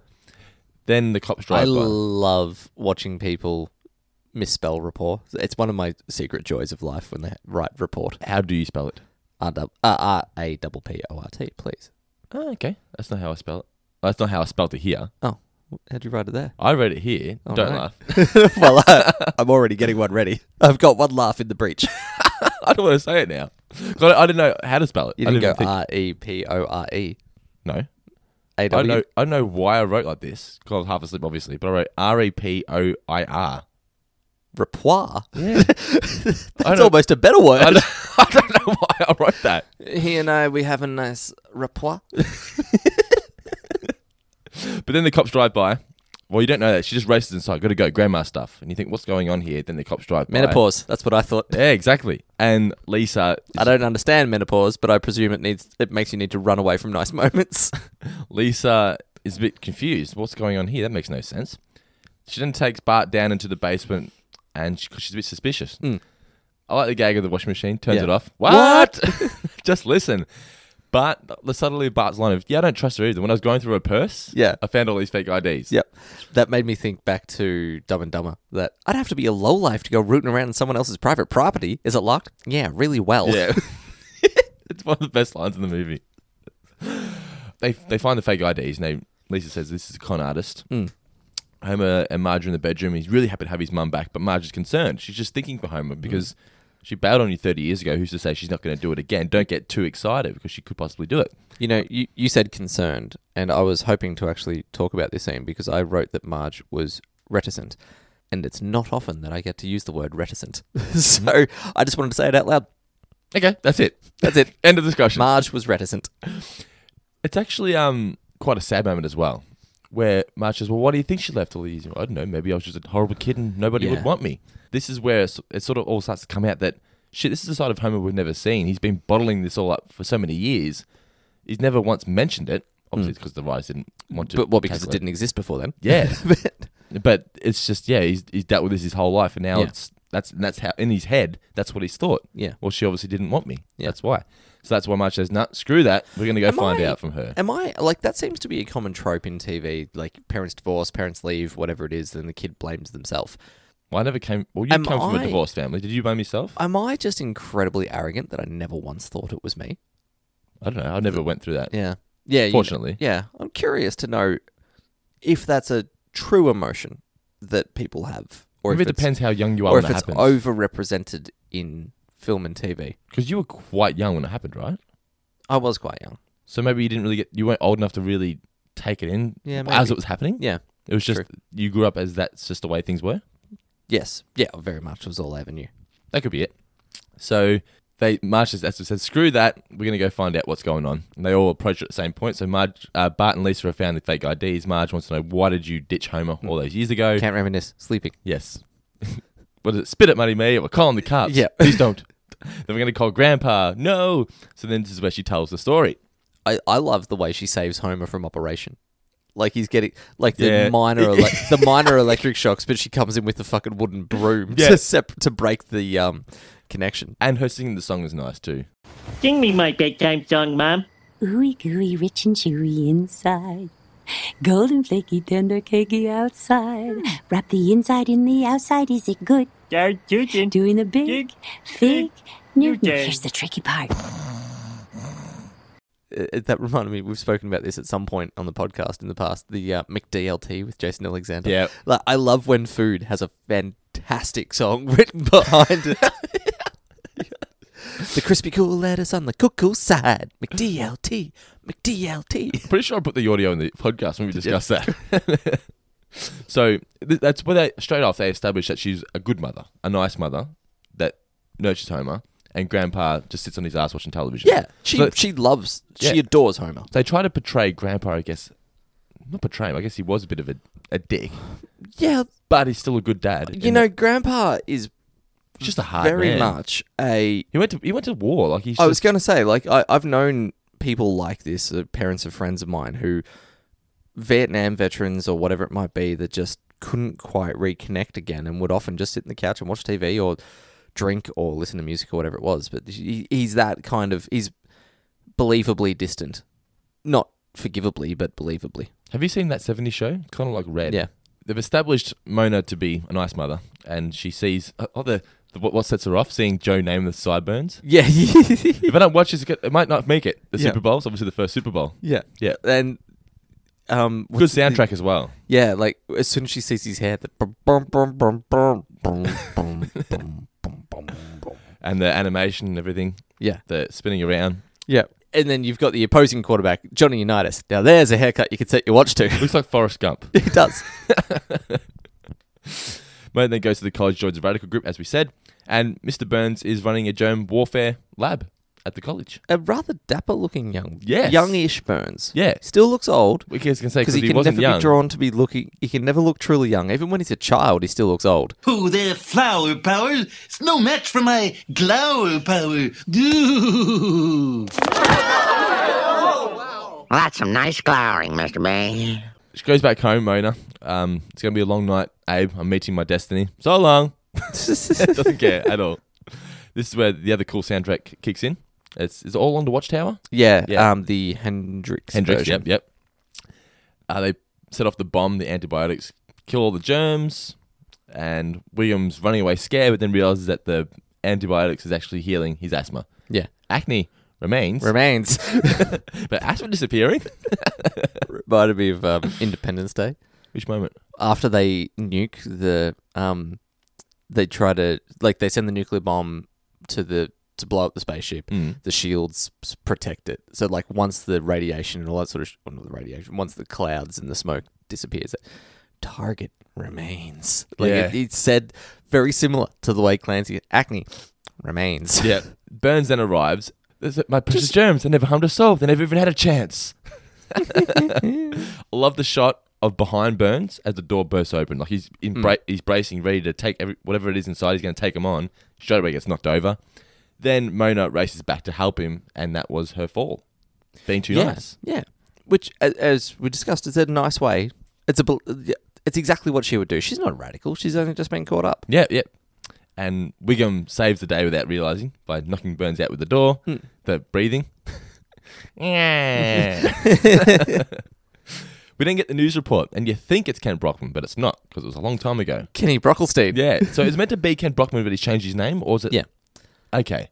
[SPEAKER 1] Then the cops
[SPEAKER 2] I
[SPEAKER 1] drive by.
[SPEAKER 2] love watching people misspell rapport. It's one of my secret joys of life when they write report.
[SPEAKER 1] How do you spell it?
[SPEAKER 2] R dou- uh, R A double P O R T, please.
[SPEAKER 1] Oh, okay. That's not how I spell it. That's not how I spelled it here.
[SPEAKER 2] Oh, how'd you write it there?
[SPEAKER 1] I read it here.
[SPEAKER 2] Oh,
[SPEAKER 1] Don't
[SPEAKER 2] no.
[SPEAKER 1] laugh. [laughs]
[SPEAKER 2] [laughs] well, I, I'm already getting one ready. I've got one laugh in the breach.
[SPEAKER 1] I don't want to say it now. 'Cause I, I didn't know how to spell it.
[SPEAKER 2] You
[SPEAKER 1] I
[SPEAKER 2] didn't go
[SPEAKER 1] even think-
[SPEAKER 2] R E P O R E
[SPEAKER 1] no.
[SPEAKER 2] A
[SPEAKER 1] I know.
[SPEAKER 2] W.
[SPEAKER 1] I know why I wrote like this. Because I was half asleep, obviously. But I wrote R E P O I R.
[SPEAKER 2] Rapport.
[SPEAKER 1] Yeah.
[SPEAKER 2] That's
[SPEAKER 1] know.
[SPEAKER 2] almost a better
[SPEAKER 1] I
[SPEAKER 2] word.
[SPEAKER 1] don't, [laughs] I don't know why I wrote that.
[SPEAKER 2] He and I, we have a nice rapport.
[SPEAKER 1] But then the cops drive by. Well, you don't know that. She just races inside. Got to go. Grandma stuff. And you think, what's going on here? Then the cops drive by.
[SPEAKER 2] Menopause. That's what I thought.
[SPEAKER 1] Yeah, exactly. And Lisa,
[SPEAKER 2] I don't understand menopause, but I presume it needs it makes you need to run away from nice [laughs] moments.
[SPEAKER 1] Lisa is a bit confused. What's going on here? That makes no sense. She then takes Bart down into the basement, and she, 'cause she's a bit suspicious. I like the gag of the washing machine. Turns
[SPEAKER 2] Hmm. Yeah.
[SPEAKER 1] it off. What?
[SPEAKER 2] [laughs]
[SPEAKER 1] [laughs] Just listen. Bart, the subtlety of Bart's line of, "Yeah, I don't trust her either." When I was going through her purse,
[SPEAKER 2] Yeah.
[SPEAKER 1] I found all these fake IDs.
[SPEAKER 2] yep. That made me think back to Dumb and Dumber. That I'd have to be a lowlife to go rooting around in someone else's private property. Is it locked? Yeah, really well.
[SPEAKER 1] Yeah. [laughs] it's one of the best lines in the movie. They they find the fake IDs and they Lisa says this is a con artist.
[SPEAKER 2] Hmm.
[SPEAKER 1] Homer and Marge are in the bedroom. He's really happy to have his mum back, but Marge is concerned. She's just thinking for Homer
[SPEAKER 2] Hmm.
[SPEAKER 1] because she bailed on you 30 years ago. Who's to say she's not going to do it again? Don't get too excited because she could possibly do it.
[SPEAKER 2] You know, you, you said concerned, and I was hoping to actually talk about this scene because I wrote that Marge was reticent, and it's not often that I get to use the word reticent. [laughs] so I just wanted to say it out loud.
[SPEAKER 1] Okay, that's it.
[SPEAKER 2] That's it.
[SPEAKER 1] End of discussion.
[SPEAKER 2] Marge was reticent.
[SPEAKER 1] It's actually um quite a sad moment as well, where Marge says, "Well, why do you think she left all these?" years?" I don't know. Maybe I was just a horrible kid and nobody
[SPEAKER 2] Yeah.
[SPEAKER 1] would want me. This is where it's- it sort of all starts to come out that shit. This is the side of Homer we've never seen. He's been bottling this all up for so many years. He's never once mentioned it. obviously because the writers didn't want to.
[SPEAKER 2] Hmm. But well, because it
[SPEAKER 1] tackle
[SPEAKER 2] didn't exist before then. [laughs]
[SPEAKER 1] Yeah,
[SPEAKER 2] But-
[SPEAKER 1] but it's just yeah, he's he's dealt with this his whole life, and now
[SPEAKER 2] Yeah.
[SPEAKER 1] it's that's and that's how in his head that's what he's thought.
[SPEAKER 2] Yeah.
[SPEAKER 1] Well, she obviously didn't want me.
[SPEAKER 2] Yeah.
[SPEAKER 1] That's why. So that's why March says, "Nah, screw that. We're gonna go
[SPEAKER 2] Am
[SPEAKER 1] find
[SPEAKER 2] I-
[SPEAKER 1] out from her."
[SPEAKER 2] Am I like that? Seems to be a common trope in TV. Like parents divorce, parents leave, whatever it is, then the kid blames themselves.
[SPEAKER 1] Well, I never came. Well, you
[SPEAKER 2] Am
[SPEAKER 1] come from a
[SPEAKER 2] I-
[SPEAKER 1] divorced family. Did you blame yourself?
[SPEAKER 2] Am I just incredibly arrogant that I never once thought it was me?
[SPEAKER 1] I don't know. I never went through that.
[SPEAKER 2] Yeah, yeah. you-
[SPEAKER 1] Fortunately.
[SPEAKER 2] yeah. I'm curious to know if that's a true emotion that people have, or if,
[SPEAKER 1] Maybe it
[SPEAKER 2] it's-
[SPEAKER 1] depends how young you are
[SPEAKER 2] or
[SPEAKER 1] when
[SPEAKER 2] if
[SPEAKER 1] it
[SPEAKER 2] it's
[SPEAKER 1] happens.
[SPEAKER 2] overrepresented in film and TV.
[SPEAKER 1] Because you were quite young when it happened, right?
[SPEAKER 2] I was quite young.
[SPEAKER 1] So maybe you didn't really get. You weren't old enough to really take it in.
[SPEAKER 2] Yeah,
[SPEAKER 1] As
[SPEAKER 2] maybe.
[SPEAKER 1] it was happening.
[SPEAKER 2] Yeah.
[SPEAKER 1] It was just you grew up as that's just the way things were.
[SPEAKER 2] Yes. Yeah. Very much was all I ever knew.
[SPEAKER 1] That could be it. So they Marge just as I said, screw that. We're gonna go find out what's going on. And they all approach it at the same point. So Marge, uh, Bart and Lisa have found the fake IDs. Marge wants to know why did you ditch Homer all those years ago?
[SPEAKER 2] Can't reminisce. Sleeping.
[SPEAKER 1] yes. [laughs] what is it? Spit it, money me. We're calling the cops.
[SPEAKER 2] Uh, Yeah.
[SPEAKER 1] Please
[SPEAKER 2] [laughs]
[SPEAKER 1] don't. then we're gonna call Grandpa. No. So then this is where she tells the story.
[SPEAKER 2] I, I love the way she saves Homer from operation. Like he's getting like the
[SPEAKER 1] Yeah. [laughs]
[SPEAKER 2] minor ele- the minor electric shocks, but she comes in with the fucking wooden broom
[SPEAKER 1] Yeah.
[SPEAKER 2] to sep- to break the um connection.
[SPEAKER 1] And her singing the song is nice too.
[SPEAKER 4] Sing me my bedtime song, Mom.
[SPEAKER 6] Ooey gooey, rich and chewy inside. Golden flaky, tender cakey outside. Wrap the inside in the outside, is it good?
[SPEAKER 4] Dad, Susan.
[SPEAKER 6] Doing a big,
[SPEAKER 4] Big,
[SPEAKER 6] fig,
[SPEAKER 4] Newton.
[SPEAKER 6] Newton. Here's the tricky part.
[SPEAKER 2] Uh, uh, that reminded me, we've spoken about this at some point on the podcast in the past. The uh, McDLT with Jason Alexander.
[SPEAKER 1] Yeah.
[SPEAKER 2] like I love when food has a fantastic song [laughs] written behind it. the crispy cool lettuce on the cuckoo side. McDLT, McDLT.
[SPEAKER 1] Pretty sure I put the audio in the podcast when we discussed that. [laughs] so th- that's where they straight off they establish that she's a good mother, a nice mother that nurtures Homer, and Grandpa just sits on his ass watching television.
[SPEAKER 2] Yeah, she
[SPEAKER 1] So
[SPEAKER 2] she loves,
[SPEAKER 1] Yeah.
[SPEAKER 2] she adores Homer.
[SPEAKER 1] they try to portray Grandpa, I guess, not portray him. I guess he was a bit of a, a dick,
[SPEAKER 2] Yeah,
[SPEAKER 1] but he's still a good dad.
[SPEAKER 2] you
[SPEAKER 1] in
[SPEAKER 2] know,
[SPEAKER 1] that-
[SPEAKER 2] Grandpa is
[SPEAKER 1] he's just a hard
[SPEAKER 2] very
[SPEAKER 1] man.
[SPEAKER 2] much a.
[SPEAKER 1] He went to he went to war. Like he's.
[SPEAKER 2] I was
[SPEAKER 1] just,
[SPEAKER 2] going to say, like I, I've known people like this, uh, parents of friends of mine who Vietnam veterans or whatever it might be that just couldn't quite reconnect again and would often just sit on the couch and watch TV or drink or listen to music or whatever it was. But he, he's that kind of he's believably distant, not forgivably, but believably.
[SPEAKER 1] have you seen that '70s show? It's kind of like Red.
[SPEAKER 2] Yeah.
[SPEAKER 1] They've established Mona to be a nice mother, and she sees oh the, the what what sets her off seeing Joe name the sideburns.
[SPEAKER 2] Yeah, [laughs]
[SPEAKER 1] If I don't watch this, it might not make it. The
[SPEAKER 2] Yeah.
[SPEAKER 1] Super Bowl's obviously the first Super Bowl.
[SPEAKER 2] yeah,
[SPEAKER 1] Yeah.
[SPEAKER 2] and. Um,
[SPEAKER 1] Good soundtrack as well.
[SPEAKER 2] Yeah, like as soon as she sees his hair, the brum, brum, brum, brum, brum, brum, brum, brum, brum, brum, brum.
[SPEAKER 1] And the animation and everything,
[SPEAKER 2] yeah,
[SPEAKER 1] the spinning around.
[SPEAKER 2] yeah. And then you've got the opposing quarterback, Johnny Unitas. Now there's a haircut you could set your watch to.
[SPEAKER 1] Looks like Forrest Gump.
[SPEAKER 2] [laughs] he does.
[SPEAKER 1] Mona then goes to the college, joins the radical group, as we said. And Mr. Burns is running a germ warfare lab at the college.
[SPEAKER 2] A rather dapper looking young,
[SPEAKER 1] Yes.
[SPEAKER 2] youngish Burns.
[SPEAKER 1] Yeah.
[SPEAKER 2] still looks old
[SPEAKER 1] We can say
[SPEAKER 2] because
[SPEAKER 1] because
[SPEAKER 2] he
[SPEAKER 1] he,
[SPEAKER 2] can
[SPEAKER 1] wasn't
[SPEAKER 2] never
[SPEAKER 1] young.
[SPEAKER 2] be drawn to be looking. He can never look truly young, even when he's a child. He still looks old.
[SPEAKER 7] Oh, their flower power. It's no match for my glower power. Ooh.
[SPEAKER 3] Well, that's some nice glowering, Mr. Bay.
[SPEAKER 1] she goes back home, Mona. Um, it's going to be a long night, Abe. I'm meeting my destiny. So long. Doesn't care at
[SPEAKER 2] [laughs]
[SPEAKER 1] all. This is where the other cool soundtrack kicks in. It's, is it all on the Watchtower?
[SPEAKER 2] [laughs] yeah,
[SPEAKER 1] Yeah.
[SPEAKER 2] Um, the Hendrix.
[SPEAKER 1] Hendrix.
[SPEAKER 2] version.
[SPEAKER 1] Yep, yep. Uh, they set off the bomb, the antibiotics, kill all the germs, and William's running away scared, but then realizes that the antibiotics is actually healing his asthma.
[SPEAKER 2] Yeah,
[SPEAKER 1] Acne remains, [laughs]
[SPEAKER 2] remains. [laughs]
[SPEAKER 1] but asthma disappearing.
[SPEAKER 2] Reminded me of um, Independence Day.
[SPEAKER 1] Which moment?
[SPEAKER 2] after they nuke the um they try to like they send the nuclear bomb to the to blow up the spaceship
[SPEAKER 1] Mm.
[SPEAKER 2] the shields s- protect it so like once the radiation and all that sort of sh- well, not the radiation once the clouds and the smoke disappears it target remains like it,
[SPEAKER 1] Yeah.
[SPEAKER 2] it's said very similar to the way clancy acne remains [laughs]
[SPEAKER 1] Yeah. Burns then arrives. There's My precious germs. They never harmed a soul. They never even had a chance. I love the shot of behind Burns as the door bursts open. Like he's in bra- he's bracing, ready to take every- whatever it is inside. He's going to take him on. Straight away gets knocked over. Then Mona races back to help him, and that was her fall, being too
[SPEAKER 2] yeah,
[SPEAKER 1] nice.
[SPEAKER 2] yeah which, a- as we discussed, is a nice way. It's a, bel- it's exactly what she would do. She's not radical. She's only just been caught up.
[SPEAKER 1] Yep, yep. And Wiggum saves the day without realizing by knocking Burns out with the door,
[SPEAKER 2] Hmm.
[SPEAKER 1] the
[SPEAKER 2] [laughs]
[SPEAKER 1] breathing. Yeah. [laughs] we didn't get the news report, and you think it's Ken Brockman, but it's not because it was a long time ago.
[SPEAKER 2] Kenny Brocklestein.
[SPEAKER 1] Yeah. [laughs] So it's meant to be Ken Brockman, but he's changed his name, or is it?
[SPEAKER 2] Yeah.
[SPEAKER 1] Okay.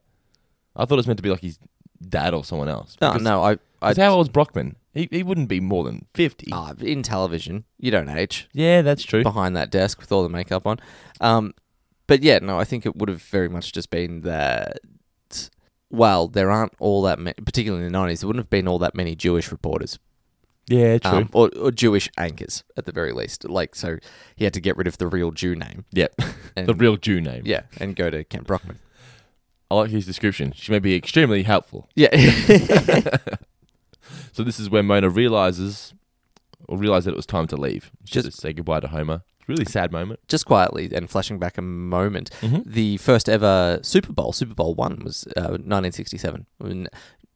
[SPEAKER 1] I thought it was meant to be like his dad or someone else.
[SPEAKER 2] Oh,
[SPEAKER 1] because-
[SPEAKER 2] no, I, I
[SPEAKER 1] 'cause how old is Brockman? He, he wouldn't be more than 50.
[SPEAKER 2] Ah, in television, you don't age
[SPEAKER 1] yeah, that's true.
[SPEAKER 2] behind that desk with all the makeup on. Um, but yeah, no, I think it would have very much just been that. Well, there aren't all that many, particularly in the nineties. There wouldn't have been all that many Jewish reporters,
[SPEAKER 1] Yeah, true.
[SPEAKER 2] um, or, or Jewish anchors at the very least. Like, so he had to get rid of the real Jew name.
[SPEAKER 1] yep. [laughs]
[SPEAKER 2] and-
[SPEAKER 1] the real Jew name.
[SPEAKER 2] Yeah, and go to Kent Brockman.
[SPEAKER 1] I like his description. She may be extremely helpful.
[SPEAKER 2] Yeah, [laughs]
[SPEAKER 1] So this is where Mona realizes or realized that it was time to leave. She
[SPEAKER 2] Just-
[SPEAKER 1] just say goodbye to Homer. It's a really sad moment.
[SPEAKER 2] just quietly and flashing back a moment,
[SPEAKER 1] Mm-hmm.
[SPEAKER 2] the first ever Super Bowl, Super Bowl one, was uh, 1967. When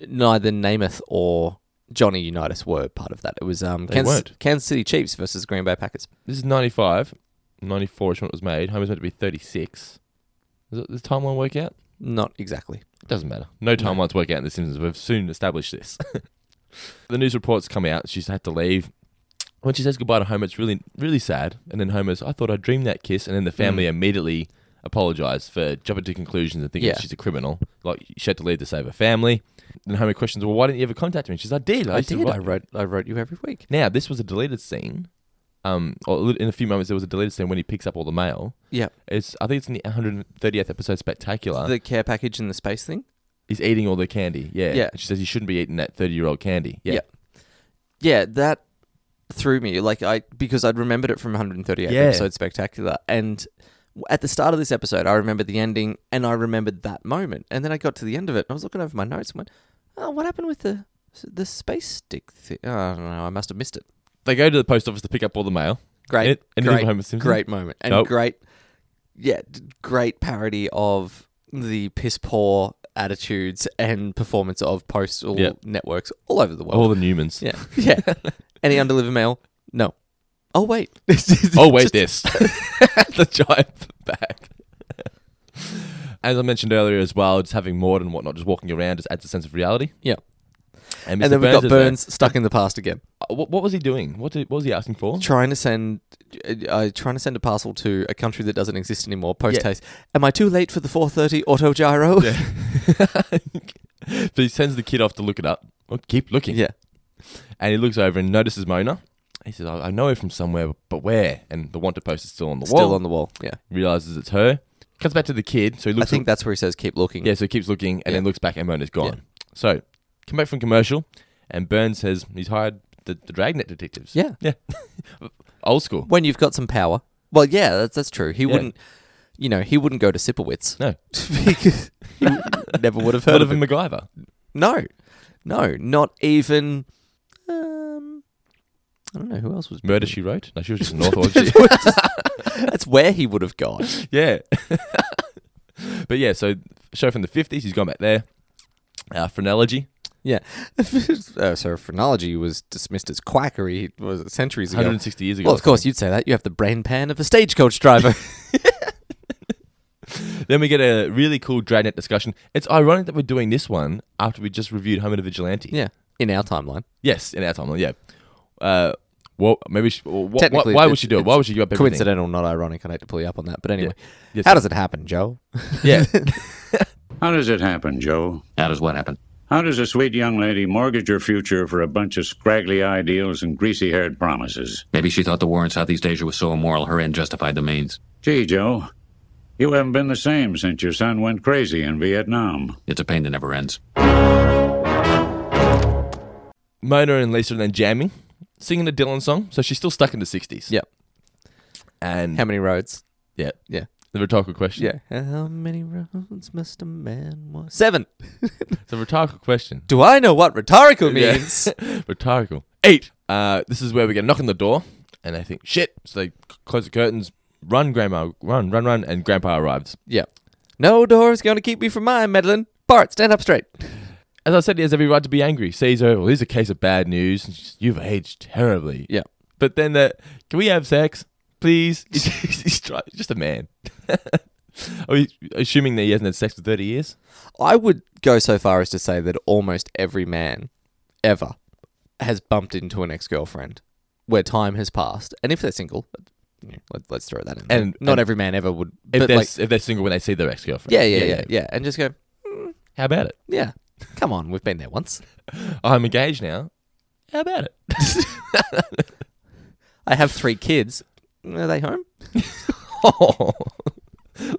[SPEAKER 2] neither Namath or Johnny Unitas were part of that. It was um, Kansas,
[SPEAKER 1] weren't.
[SPEAKER 2] Kansas City Chiefs versus Green Bay Packers.
[SPEAKER 1] This is 95. 94 is when it was made. Homer's meant to be 36. Does it- does timeline work out?
[SPEAKER 2] Not exactly.
[SPEAKER 1] Doesn't matter. No timelines work out in The Simpsons. We've soon established this. [laughs] the news reports come out. She's had to leave. When she says goodbye to Homer, it's really, really sad. And then Homer's, I thought I dreamed that kiss. And then the family
[SPEAKER 2] Mm.
[SPEAKER 1] immediately apologize for jumping to conclusions and thinking
[SPEAKER 2] Yeah.
[SPEAKER 1] she's a criminal. Like, she had to leave to save her family. Then Homer questions, Well, why didn't you ever contact me? And she says, I did.
[SPEAKER 2] I
[SPEAKER 1] used to
[SPEAKER 2] did. I
[SPEAKER 1] write-
[SPEAKER 2] wrote. I wrote you every week.
[SPEAKER 1] Now, this was a deleted scene. Um, or a little- in a few moments, there was a deleted scene when he picks up all the mail.
[SPEAKER 2] Yeah.
[SPEAKER 1] It's, I think it's in the 138th episode, Spectacular
[SPEAKER 2] The care package and the space thing.
[SPEAKER 1] he's eating all the candy. Yeah.
[SPEAKER 2] Yeah.
[SPEAKER 1] And she says you shouldn't be eating that 30 year old candy. Yeah.
[SPEAKER 2] Yeah. Yeah, that threw me like I because I'd remembered it from 138
[SPEAKER 1] Yeah.
[SPEAKER 2] episode spectacular and w- at the start of this episode I remembered the ending and I remembered that moment and then I got to the end of it and I was looking over my notes and went oh what happened with the the space stick thing oh, I don't know I must have missed it
[SPEAKER 1] They go to the post office to pick up all the mail.
[SPEAKER 2] great
[SPEAKER 1] An- anything
[SPEAKER 2] great,
[SPEAKER 1] from Homer Simpson?
[SPEAKER 2] great moment and
[SPEAKER 1] Nope.
[SPEAKER 2] great yeah d- great parody of the piss poor attitudes and performance of postal
[SPEAKER 1] Yep.
[SPEAKER 2] networks all over the world
[SPEAKER 1] All the Newmans.
[SPEAKER 2] yeah. [laughs] Yeah. Any undelivered mail? No. Oh [laughs] wait.
[SPEAKER 1] Oh,
[SPEAKER 2] [laughs]
[SPEAKER 1] wait, this. the giant bag. [laughs] As I mentioned earlier as well, just having Maud and whatnot, just walking around just adds a sense of reality.
[SPEAKER 2] Yeah.
[SPEAKER 1] And,
[SPEAKER 2] And then we
[SPEAKER 1] Burns
[SPEAKER 2] got
[SPEAKER 1] is there.
[SPEAKER 2] Burns stuck in the past again,
[SPEAKER 1] Uh, What, what was he doing? What, did, what was he asking for?
[SPEAKER 2] trying to send, uh, uh, trying to send a parcel to a country that doesn't exist anymore. Post haste. Am I too late for the 4:30 auto gyro? Yeah. [laughs]
[SPEAKER 1] [laughs] but he sends the kid off to look it up. Oh, keep looking. And he looks over and notices Mona. He says, I, I know her from somewhere, but where? And the wanted post is still on the wall.
[SPEAKER 2] Still on the wall. Yeah.
[SPEAKER 1] Realizes it's her. Comes back to the kid. So he
[SPEAKER 2] I
[SPEAKER 1] looks
[SPEAKER 2] think that's where he says keep looking.
[SPEAKER 1] Yeah, so he keeps looking and then looks back and Mona's gone. So, come back from commercial and Burns says he's hired the, the dragnet detectives.
[SPEAKER 2] Yeah.
[SPEAKER 1] Yeah. Old school.
[SPEAKER 2] When you've got some power. Well, yeah, that's that's true. He
[SPEAKER 1] Yeah.
[SPEAKER 2] wouldn't, you know, he wouldn't go to [laughs] Sipowitz.
[SPEAKER 1] No.
[SPEAKER 2] because he never would have heard
[SPEAKER 1] Heard of
[SPEAKER 2] of
[SPEAKER 1] a
[SPEAKER 2] him.
[SPEAKER 1] MacGyver.
[SPEAKER 2] No, no, not even. Um, I don't know who else was.
[SPEAKER 1] Murder She Wrote. No, she was just
[SPEAKER 2] [laughs]
[SPEAKER 1] an author. wasn't she?
[SPEAKER 2] That's where he would have [laughs] gone.
[SPEAKER 1] [laughs] yeah. [laughs] but yeah, so show from the 50s, he's gone back there. Uh, phrenology,
[SPEAKER 2] Yeah. [laughs] uh, so phrenology was dismissed as quackery was centuries ago.
[SPEAKER 1] 160 years ago.
[SPEAKER 2] Well, of course you'd say that. You have the brain pan of a stagecoach [laughs] driver.
[SPEAKER 1] Then we get a really cool dragnet discussion. It's ironic that we're doing this one after we just reviewed Home and Vigilante.
[SPEAKER 2] yeah. In our timeline,
[SPEAKER 1] Yes, in our timeline, yeah. Uh, well, maybe she, well, wh- wh-
[SPEAKER 2] Technically,
[SPEAKER 1] why would
[SPEAKER 2] it's-
[SPEAKER 1] she do it? Why would she give up everything?
[SPEAKER 2] coincidental, not ironic. I hate to pull you up on that, but anyway,
[SPEAKER 1] Yes,
[SPEAKER 2] how
[SPEAKER 1] sir.
[SPEAKER 2] does it happen, Joe? [laughs]
[SPEAKER 1] Yeah.
[SPEAKER 8] How does it happen, Joe?
[SPEAKER 7] How does what happen?
[SPEAKER 8] How does a sweet young lady mortgage her future for a bunch of scraggly ideals and greasy haired promises?
[SPEAKER 7] Maybe she thought the war in Southeast Asia was so immoral her end justified the means.
[SPEAKER 8] Gee, Joe, you haven't been the same since your son went crazy in Vietnam.
[SPEAKER 7] It's a pain that never ends.
[SPEAKER 1] Mona and Lisa are then jamming, singing a Dylan song. So she's still stuck in the 60s.
[SPEAKER 2] yeah.
[SPEAKER 1] And
[SPEAKER 2] [laughs] How many roads?
[SPEAKER 1] yeah,
[SPEAKER 2] Yeah.
[SPEAKER 1] the rhetorical question.
[SPEAKER 2] Yeah. How many roads must a man walk? Seven.
[SPEAKER 1] The rhetorical question.
[SPEAKER 2] Do I know what rhetorical [laughs] means?
[SPEAKER 1] rhetorical. Eight. Uh, this is where we get a knock on the door, and they think, shit. So they c- close the curtains, run, grandma, run, run, run, and grandpa arrives.
[SPEAKER 2] Yeah. No door's going to keep me from my meddling. Bart, stand up straight.
[SPEAKER 1] As I said, he has every right to be angry. Caesar, well, here's a case of bad news. You've aged terribly.
[SPEAKER 2] Yeah.
[SPEAKER 1] But then the, can we have sex, please? [laughs] He's, he's try- just a man. [laughs] Are we assuming that he hasn't had sex for 30 years?
[SPEAKER 2] I would go so far as to say that almost every man ever has bumped into an ex girlfriend where time has passed. And if they're single, you know, let, let's throw that in. there.
[SPEAKER 1] And-
[SPEAKER 2] not
[SPEAKER 1] and-
[SPEAKER 2] every man ever would.
[SPEAKER 1] If,
[SPEAKER 2] But
[SPEAKER 1] they're,
[SPEAKER 2] like,
[SPEAKER 1] if they're single when they see their ex-girlfriend.
[SPEAKER 2] yeah, yeah, yeah, yeah, And just go,
[SPEAKER 1] How about it?
[SPEAKER 2] yeah, come on, we've been there once.
[SPEAKER 1] I'm engaged now. How about it?
[SPEAKER 2] [laughs] I have three kids. Are they home?
[SPEAKER 1] [laughs]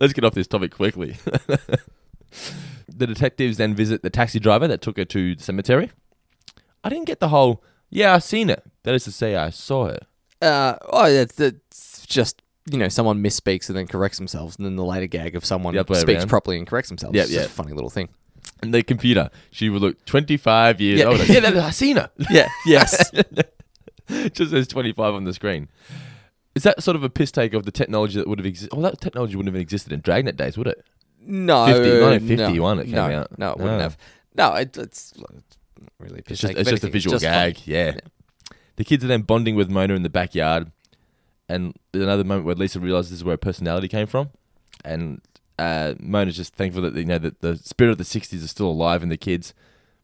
[SPEAKER 1] Let's get off this topic quickly. [laughs] the detectives then visit the taxi driver that took her to the cemetery. I didn't get the whole, yeah, I seen it. That is to say, I saw it.
[SPEAKER 2] Uh, oh, that's, that's just. You know, someone misspeaks and then corrects themselves, and then the later gag of someone
[SPEAKER 1] The other way
[SPEAKER 2] speaks
[SPEAKER 1] around.
[SPEAKER 2] properly and corrects themselves.
[SPEAKER 1] Yeah,
[SPEAKER 2] It's just
[SPEAKER 1] yeah.
[SPEAKER 2] a funny little thing.
[SPEAKER 1] And the computer, she would look 25 years
[SPEAKER 2] Yeah.
[SPEAKER 1] older. [laughs] yeah, that, I seen her. [laughs]
[SPEAKER 2] Yeah. Yes.
[SPEAKER 1] It just says 25 on the screen. Is that sort of a piss take of the technology that would have existed? Well, that technology wouldn't have existed in Dragnet days, would it?
[SPEAKER 2] No,
[SPEAKER 1] 50,
[SPEAKER 2] no,
[SPEAKER 1] 1951 it came
[SPEAKER 2] no,
[SPEAKER 1] out.
[SPEAKER 2] No, it wouldn't
[SPEAKER 1] No.
[SPEAKER 2] have. No, it, it's, look, it's not really.
[SPEAKER 1] It's just, it's just a visual gag. Yeah. The kids are then bonding with Mona in the backyard. And there's another moment where Lisa realizes this is where her personality came from. And uh, Mona's just thankful that, you know, that the spirit of the 60s is still alive in the kids.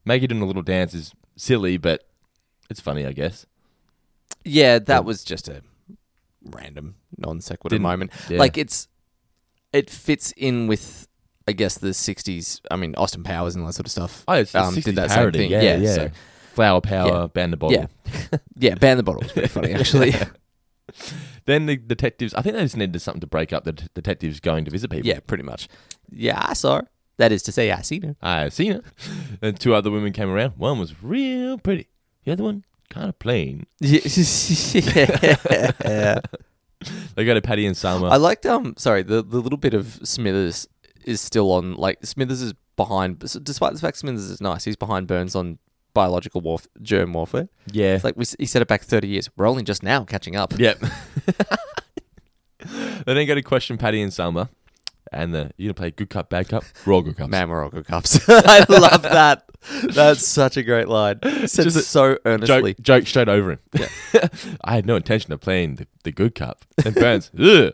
[SPEAKER 1] Maggie doing a little dance is silly, but it's funny, I guess.
[SPEAKER 2] Yeah, that was just a random non sequitur
[SPEAKER 1] Didn't-
[SPEAKER 2] moment.
[SPEAKER 1] yeah.
[SPEAKER 2] Like it's, it fits in with. I guess the '60s. I mean, Austin Powers and all that sort of stuff.
[SPEAKER 1] Oh, it's the
[SPEAKER 2] um,
[SPEAKER 1] 60s
[SPEAKER 2] did that
[SPEAKER 1] parody.
[SPEAKER 2] same thing.
[SPEAKER 1] Yeah, yeah.
[SPEAKER 2] so-
[SPEAKER 1] Flower power,
[SPEAKER 2] Yeah.
[SPEAKER 1] ban the bottle.
[SPEAKER 2] Yeah. yeah. Ban the bottle was
[SPEAKER 1] [laughs]
[SPEAKER 2] pretty funny, actually.
[SPEAKER 1] Then the detectives, I think they just needed something to break up the det- detectives going to visit people.
[SPEAKER 2] yeah, pretty much. Yeah, I saw. her. That is to say, I seen her.
[SPEAKER 1] I've seen it. And two other women came around. One was real pretty. The other one, kind of plain.
[SPEAKER 2] [laughs] yeah.
[SPEAKER 1] They go to Patty and Salma.
[SPEAKER 2] I liked um sorry the the little bit of Smithers is still on like Smithers is behind s- despite the fact Smithers is nice he's behind Burns on biological warf- germ warfare
[SPEAKER 1] yeah.
[SPEAKER 2] it's like we, s- he set it back 30 years we're only just now catching up
[SPEAKER 1] yep. [laughs] they then go to question Patty and Salma. And the, you going to play good cup, bad cup? We're all good cups.
[SPEAKER 2] man we're all good cops [laughs] I love that that's such a great line said
[SPEAKER 1] Just a
[SPEAKER 2] so earnestly
[SPEAKER 1] joke, joke straight over him. [laughs] I had no intention of playing the, the good cup. And Burns, [laughs] "Ugh."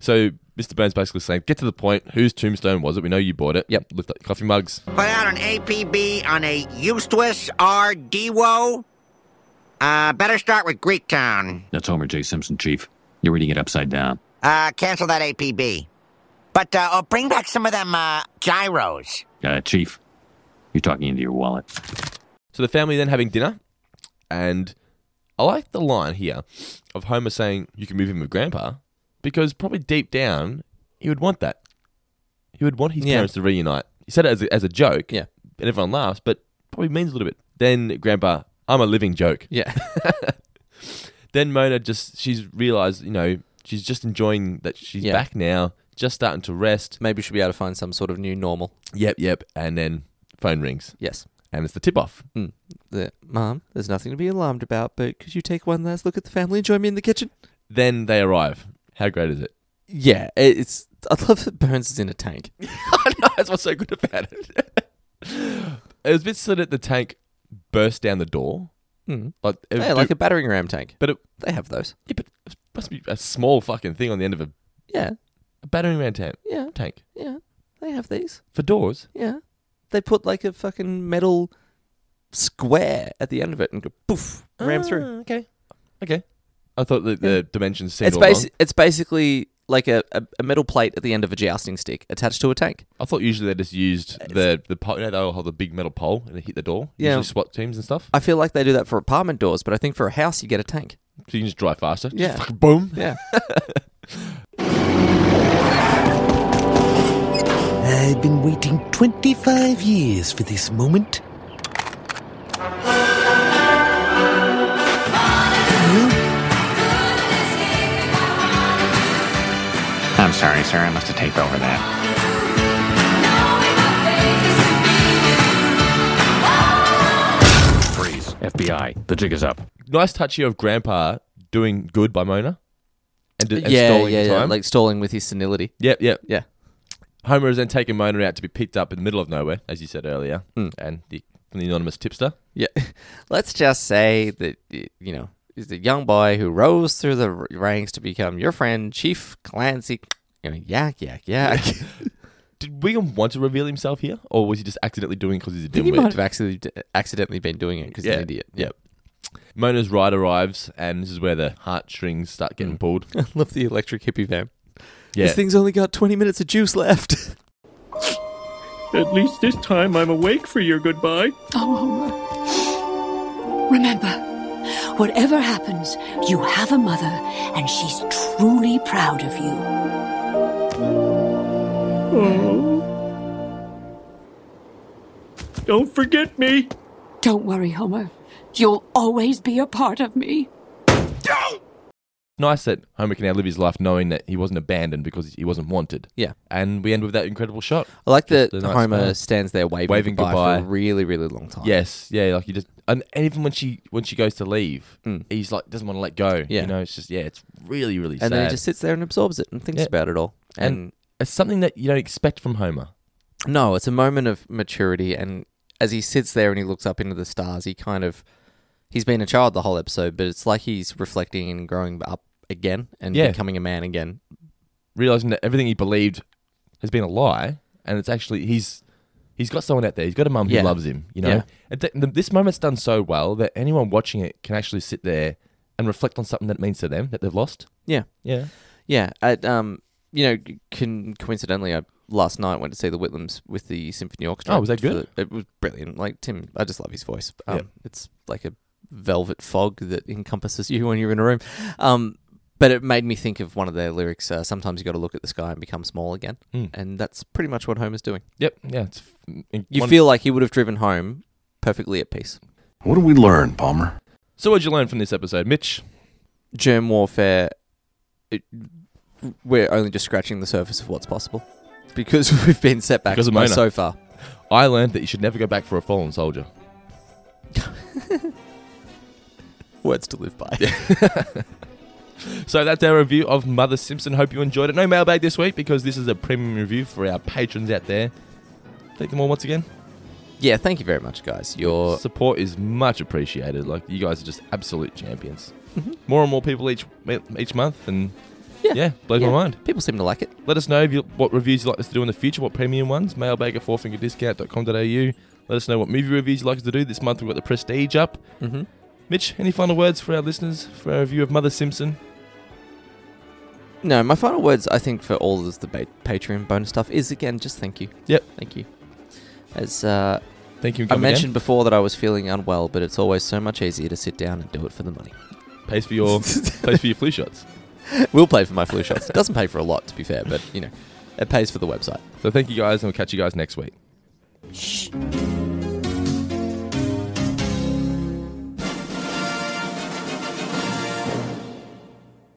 [SPEAKER 1] so Mr. Burns basically saying, get to the point. Whose tombstone was it? We know you bought it.
[SPEAKER 2] Yep.
[SPEAKER 1] Lift up your coffee mugs.
[SPEAKER 9] Put out an APB on a useless RDWO. Uh, better start with Greek Town.
[SPEAKER 10] That's Homer J. Simpson, Chief. You're reading it upside down.
[SPEAKER 9] Uh, cancel that APB. But, uh, oh, bring back some of them, uh, gyros.
[SPEAKER 10] Uh, Chief, you're talking into your wallet.
[SPEAKER 1] So the family then having dinner. And I like the line here of Homer saying, you can move in with Grandpa. Because probably deep down, he would want that. He would want his
[SPEAKER 2] Yeah.
[SPEAKER 1] parents to reunite. He said it as a, as a joke.
[SPEAKER 2] Yeah.
[SPEAKER 1] And everyone laughs, but probably means a little bit. Then Grandpa, I'm a living joke.
[SPEAKER 2] yeah
[SPEAKER 1] then Mona just she's realized, you know, she's just enjoying that she's
[SPEAKER 2] Yeah.
[SPEAKER 1] back now, just starting to rest.
[SPEAKER 2] maybe we should be able to find some sort of new normal
[SPEAKER 1] Yep, yep. And then phone rings,
[SPEAKER 2] yes
[SPEAKER 1] and it's the tip off.
[SPEAKER 2] Mm. The, Mom, there's nothing to be alarmed about, but could you take one last look at the family and join me in the kitchen?
[SPEAKER 1] Then they arrive. How great is it?
[SPEAKER 2] Yeah, it- it's. I love that Burns is in a tank.
[SPEAKER 1] I know [laughs] that's what's so good about it. [laughs] it was a bit silly that the tank burst down the door,
[SPEAKER 2] Mm.
[SPEAKER 1] like it
[SPEAKER 2] Yeah,
[SPEAKER 1] do-
[SPEAKER 2] like a battering ram tank.
[SPEAKER 1] but it,
[SPEAKER 2] They have those.
[SPEAKER 1] yeah, but it must be a small fucking thing on the end of a,
[SPEAKER 2] Yeah,
[SPEAKER 1] a battering ram tank.
[SPEAKER 2] yeah,
[SPEAKER 1] Tank
[SPEAKER 2] yeah. They have these.
[SPEAKER 1] for doors.
[SPEAKER 2] Yeah, they put like a fucking metal square at the end of it and go poof, ram through.
[SPEAKER 1] Ah, Okay, okay. I thought that the dimensions seemed
[SPEAKER 2] It's
[SPEAKER 1] all wrong.
[SPEAKER 2] basi- It's basically like a, a, a metal plate at the end of a jousting stick attached to a tank.
[SPEAKER 1] I thought usually they just used the the pole. You know, they'll hold the big metal pole and it hit the door.
[SPEAKER 2] Yeah.
[SPEAKER 1] Usually SWAT teams and stuff.
[SPEAKER 2] I feel like they do that for apartment doors, but I think for a house you get a tank.
[SPEAKER 1] So you can just drive faster. Just
[SPEAKER 2] Yeah.
[SPEAKER 1] fucking boom.
[SPEAKER 2] Yeah.
[SPEAKER 7] I've been waiting 25 years for this moment.
[SPEAKER 10] I'm sorry, sir. I must have taken over that. Freeze. FBI, the jig is up.
[SPEAKER 1] Nice touch here of Grandpa doing good by Mona. And, and
[SPEAKER 2] yeah,
[SPEAKER 1] stalling
[SPEAKER 2] yeah, yeah.
[SPEAKER 1] time.
[SPEAKER 2] Like stalling with his senility.
[SPEAKER 1] yep, yep.
[SPEAKER 2] Yeah.
[SPEAKER 1] Homer is then taken Mona out to be picked up in the middle of nowhere, as you said earlier,
[SPEAKER 2] Hmm.
[SPEAKER 1] and the, from the anonymous tipster.
[SPEAKER 2] Yeah. [laughs] Let's just say that, y- you know, he's the young boy who rose through the r- ranks to become your friend, Chief Clancy. You know, yak, yak, yak.
[SPEAKER 1] Did Wiggum want to reveal himself here, or was he just accidentally doing because he's a
[SPEAKER 2] He
[SPEAKER 1] dimwit?
[SPEAKER 2] might have accidentally, accidentally been doing it because he's an idiot.
[SPEAKER 1] Yep. Mona's ride arrives, and this is where the heartstrings start getting pulled.
[SPEAKER 2] I [laughs] love the electric hippie van.
[SPEAKER 1] Yeah.
[SPEAKER 2] Hmm. This thing's only got 20 minutes of juice left. [laughs]
[SPEAKER 4] At least this time I'm awake for your goodbye.
[SPEAKER 6] Oh, Homer. Remember, whatever happens, you have a mother, and she's truly proud of you.
[SPEAKER 4] Oh. Don't forget me.
[SPEAKER 6] Don't worry, Homer. You'll always be a part of me.
[SPEAKER 1] nice that Homer can now live his life knowing that he wasn't abandoned because he wasn't wanted.
[SPEAKER 2] Yeah.
[SPEAKER 1] And we end with that incredible shot.
[SPEAKER 2] I like
[SPEAKER 1] Just
[SPEAKER 2] that
[SPEAKER 1] a nice
[SPEAKER 2] Homer
[SPEAKER 1] smile.
[SPEAKER 2] stands there waving,
[SPEAKER 1] Waving
[SPEAKER 2] goodbye, for
[SPEAKER 1] goodbye.
[SPEAKER 2] a really, really long time.
[SPEAKER 1] Yes, yeah, like you just and and even when she when she goes to leave, he's like doesn't want to let go.
[SPEAKER 2] Hmm. Yeah.
[SPEAKER 1] You know, it's just yeah, it's really, really
[SPEAKER 2] And
[SPEAKER 1] sad.
[SPEAKER 2] then he just sits there and absorbs it and thinks
[SPEAKER 1] Yeah.
[SPEAKER 2] about it all.
[SPEAKER 1] and,
[SPEAKER 2] and
[SPEAKER 1] it's something that you don't expect from Homer.
[SPEAKER 2] No, it's a moment of maturity, and as he sits there and he looks up into the stars, he kind of he's been a child the whole episode, but it's like he's reflecting and growing up again and
[SPEAKER 1] Yeah.
[SPEAKER 2] becoming a man again.
[SPEAKER 1] Realizing that everything he believed has been a lie and it's actually he's he's got someone out there, he's got a mum who
[SPEAKER 2] Yeah.
[SPEAKER 1] loves him, you know.
[SPEAKER 2] Yeah.
[SPEAKER 1] And th- th- this moment's done so well that anyone watching it can actually sit there and reflect on something that it means to them that they've lost.
[SPEAKER 2] Yeah,
[SPEAKER 1] Yeah.
[SPEAKER 2] yeah. I, um, you know, con- coincidentally, I last night went to see the Whitlams with the symphony orchestra.
[SPEAKER 1] Oh, was that
[SPEAKER 2] for
[SPEAKER 1] good?
[SPEAKER 2] the- it was brilliant. Like Tim, I just love his voice. Um,
[SPEAKER 1] Yeah.
[SPEAKER 2] It's like a velvet fog that encompasses you when you're in a room. Um, but it made me think of one of their lyrics. Uh, Sometimes you got to look at the sky and become small again,
[SPEAKER 1] Mm.
[SPEAKER 2] and that's pretty much what Homer's doing.
[SPEAKER 1] Yep. Yeah. It's f-
[SPEAKER 2] You
[SPEAKER 1] one-
[SPEAKER 2] feel like he would have driven home perfectly at peace.
[SPEAKER 11] What do we learn, Palmer?
[SPEAKER 1] So what'd you learn from this episode, Mitch?
[SPEAKER 2] Germ warfare, it, we're only just scratching the surface of what's possible because [laughs] we've been set back
[SPEAKER 1] Because of
[SPEAKER 2] by
[SPEAKER 1] Mona.
[SPEAKER 2] so far.
[SPEAKER 1] I learned that you should never go back for a fallen soldier.
[SPEAKER 2] Words to live by.
[SPEAKER 1] So that's our review of Mother Simpson. Hope you enjoyed it. No mailbag this week because this is a premium review for our patrons out there. Thank them all once again.
[SPEAKER 2] [laughs] yeah, thank you very much, guys. Your
[SPEAKER 1] Support is much appreciated. Like you guys are just absolute champions. More and more people each each month, and yeah, blows
[SPEAKER 2] Mm-hmm. yeah,
[SPEAKER 1] my mind.
[SPEAKER 2] People seem to like it.
[SPEAKER 1] Let us know if you, what reviews you'd like us to do in the future, what premium ones, mailbag at fourfingerdiscount.com.au. Let us know what movie reviews you'd like us to do. This month we've got The Prestige up.
[SPEAKER 2] Mhm.
[SPEAKER 1] Mitch, any final words for our listeners for our review of Mother Simpson?
[SPEAKER 2] No, my final words, I think, for all of the ba- Patreon bonus stuff is again just thank you.
[SPEAKER 1] Yep.
[SPEAKER 2] Thank you. As uh,
[SPEAKER 1] Thank you. for
[SPEAKER 2] I
[SPEAKER 1] coming down.
[SPEAKER 2] mentioned before that I was feeling unwell, but it's always so much easier to sit down and do it for the money. [laughs]
[SPEAKER 1] Pays for your pays for your flu shots.
[SPEAKER 2] We'll pay for my flu shots. It doesn't pay for a lot, to be fair, but you know, it pays for the website.
[SPEAKER 1] So thank you guys, and we'll catch you guys next week.
[SPEAKER 3] Shh.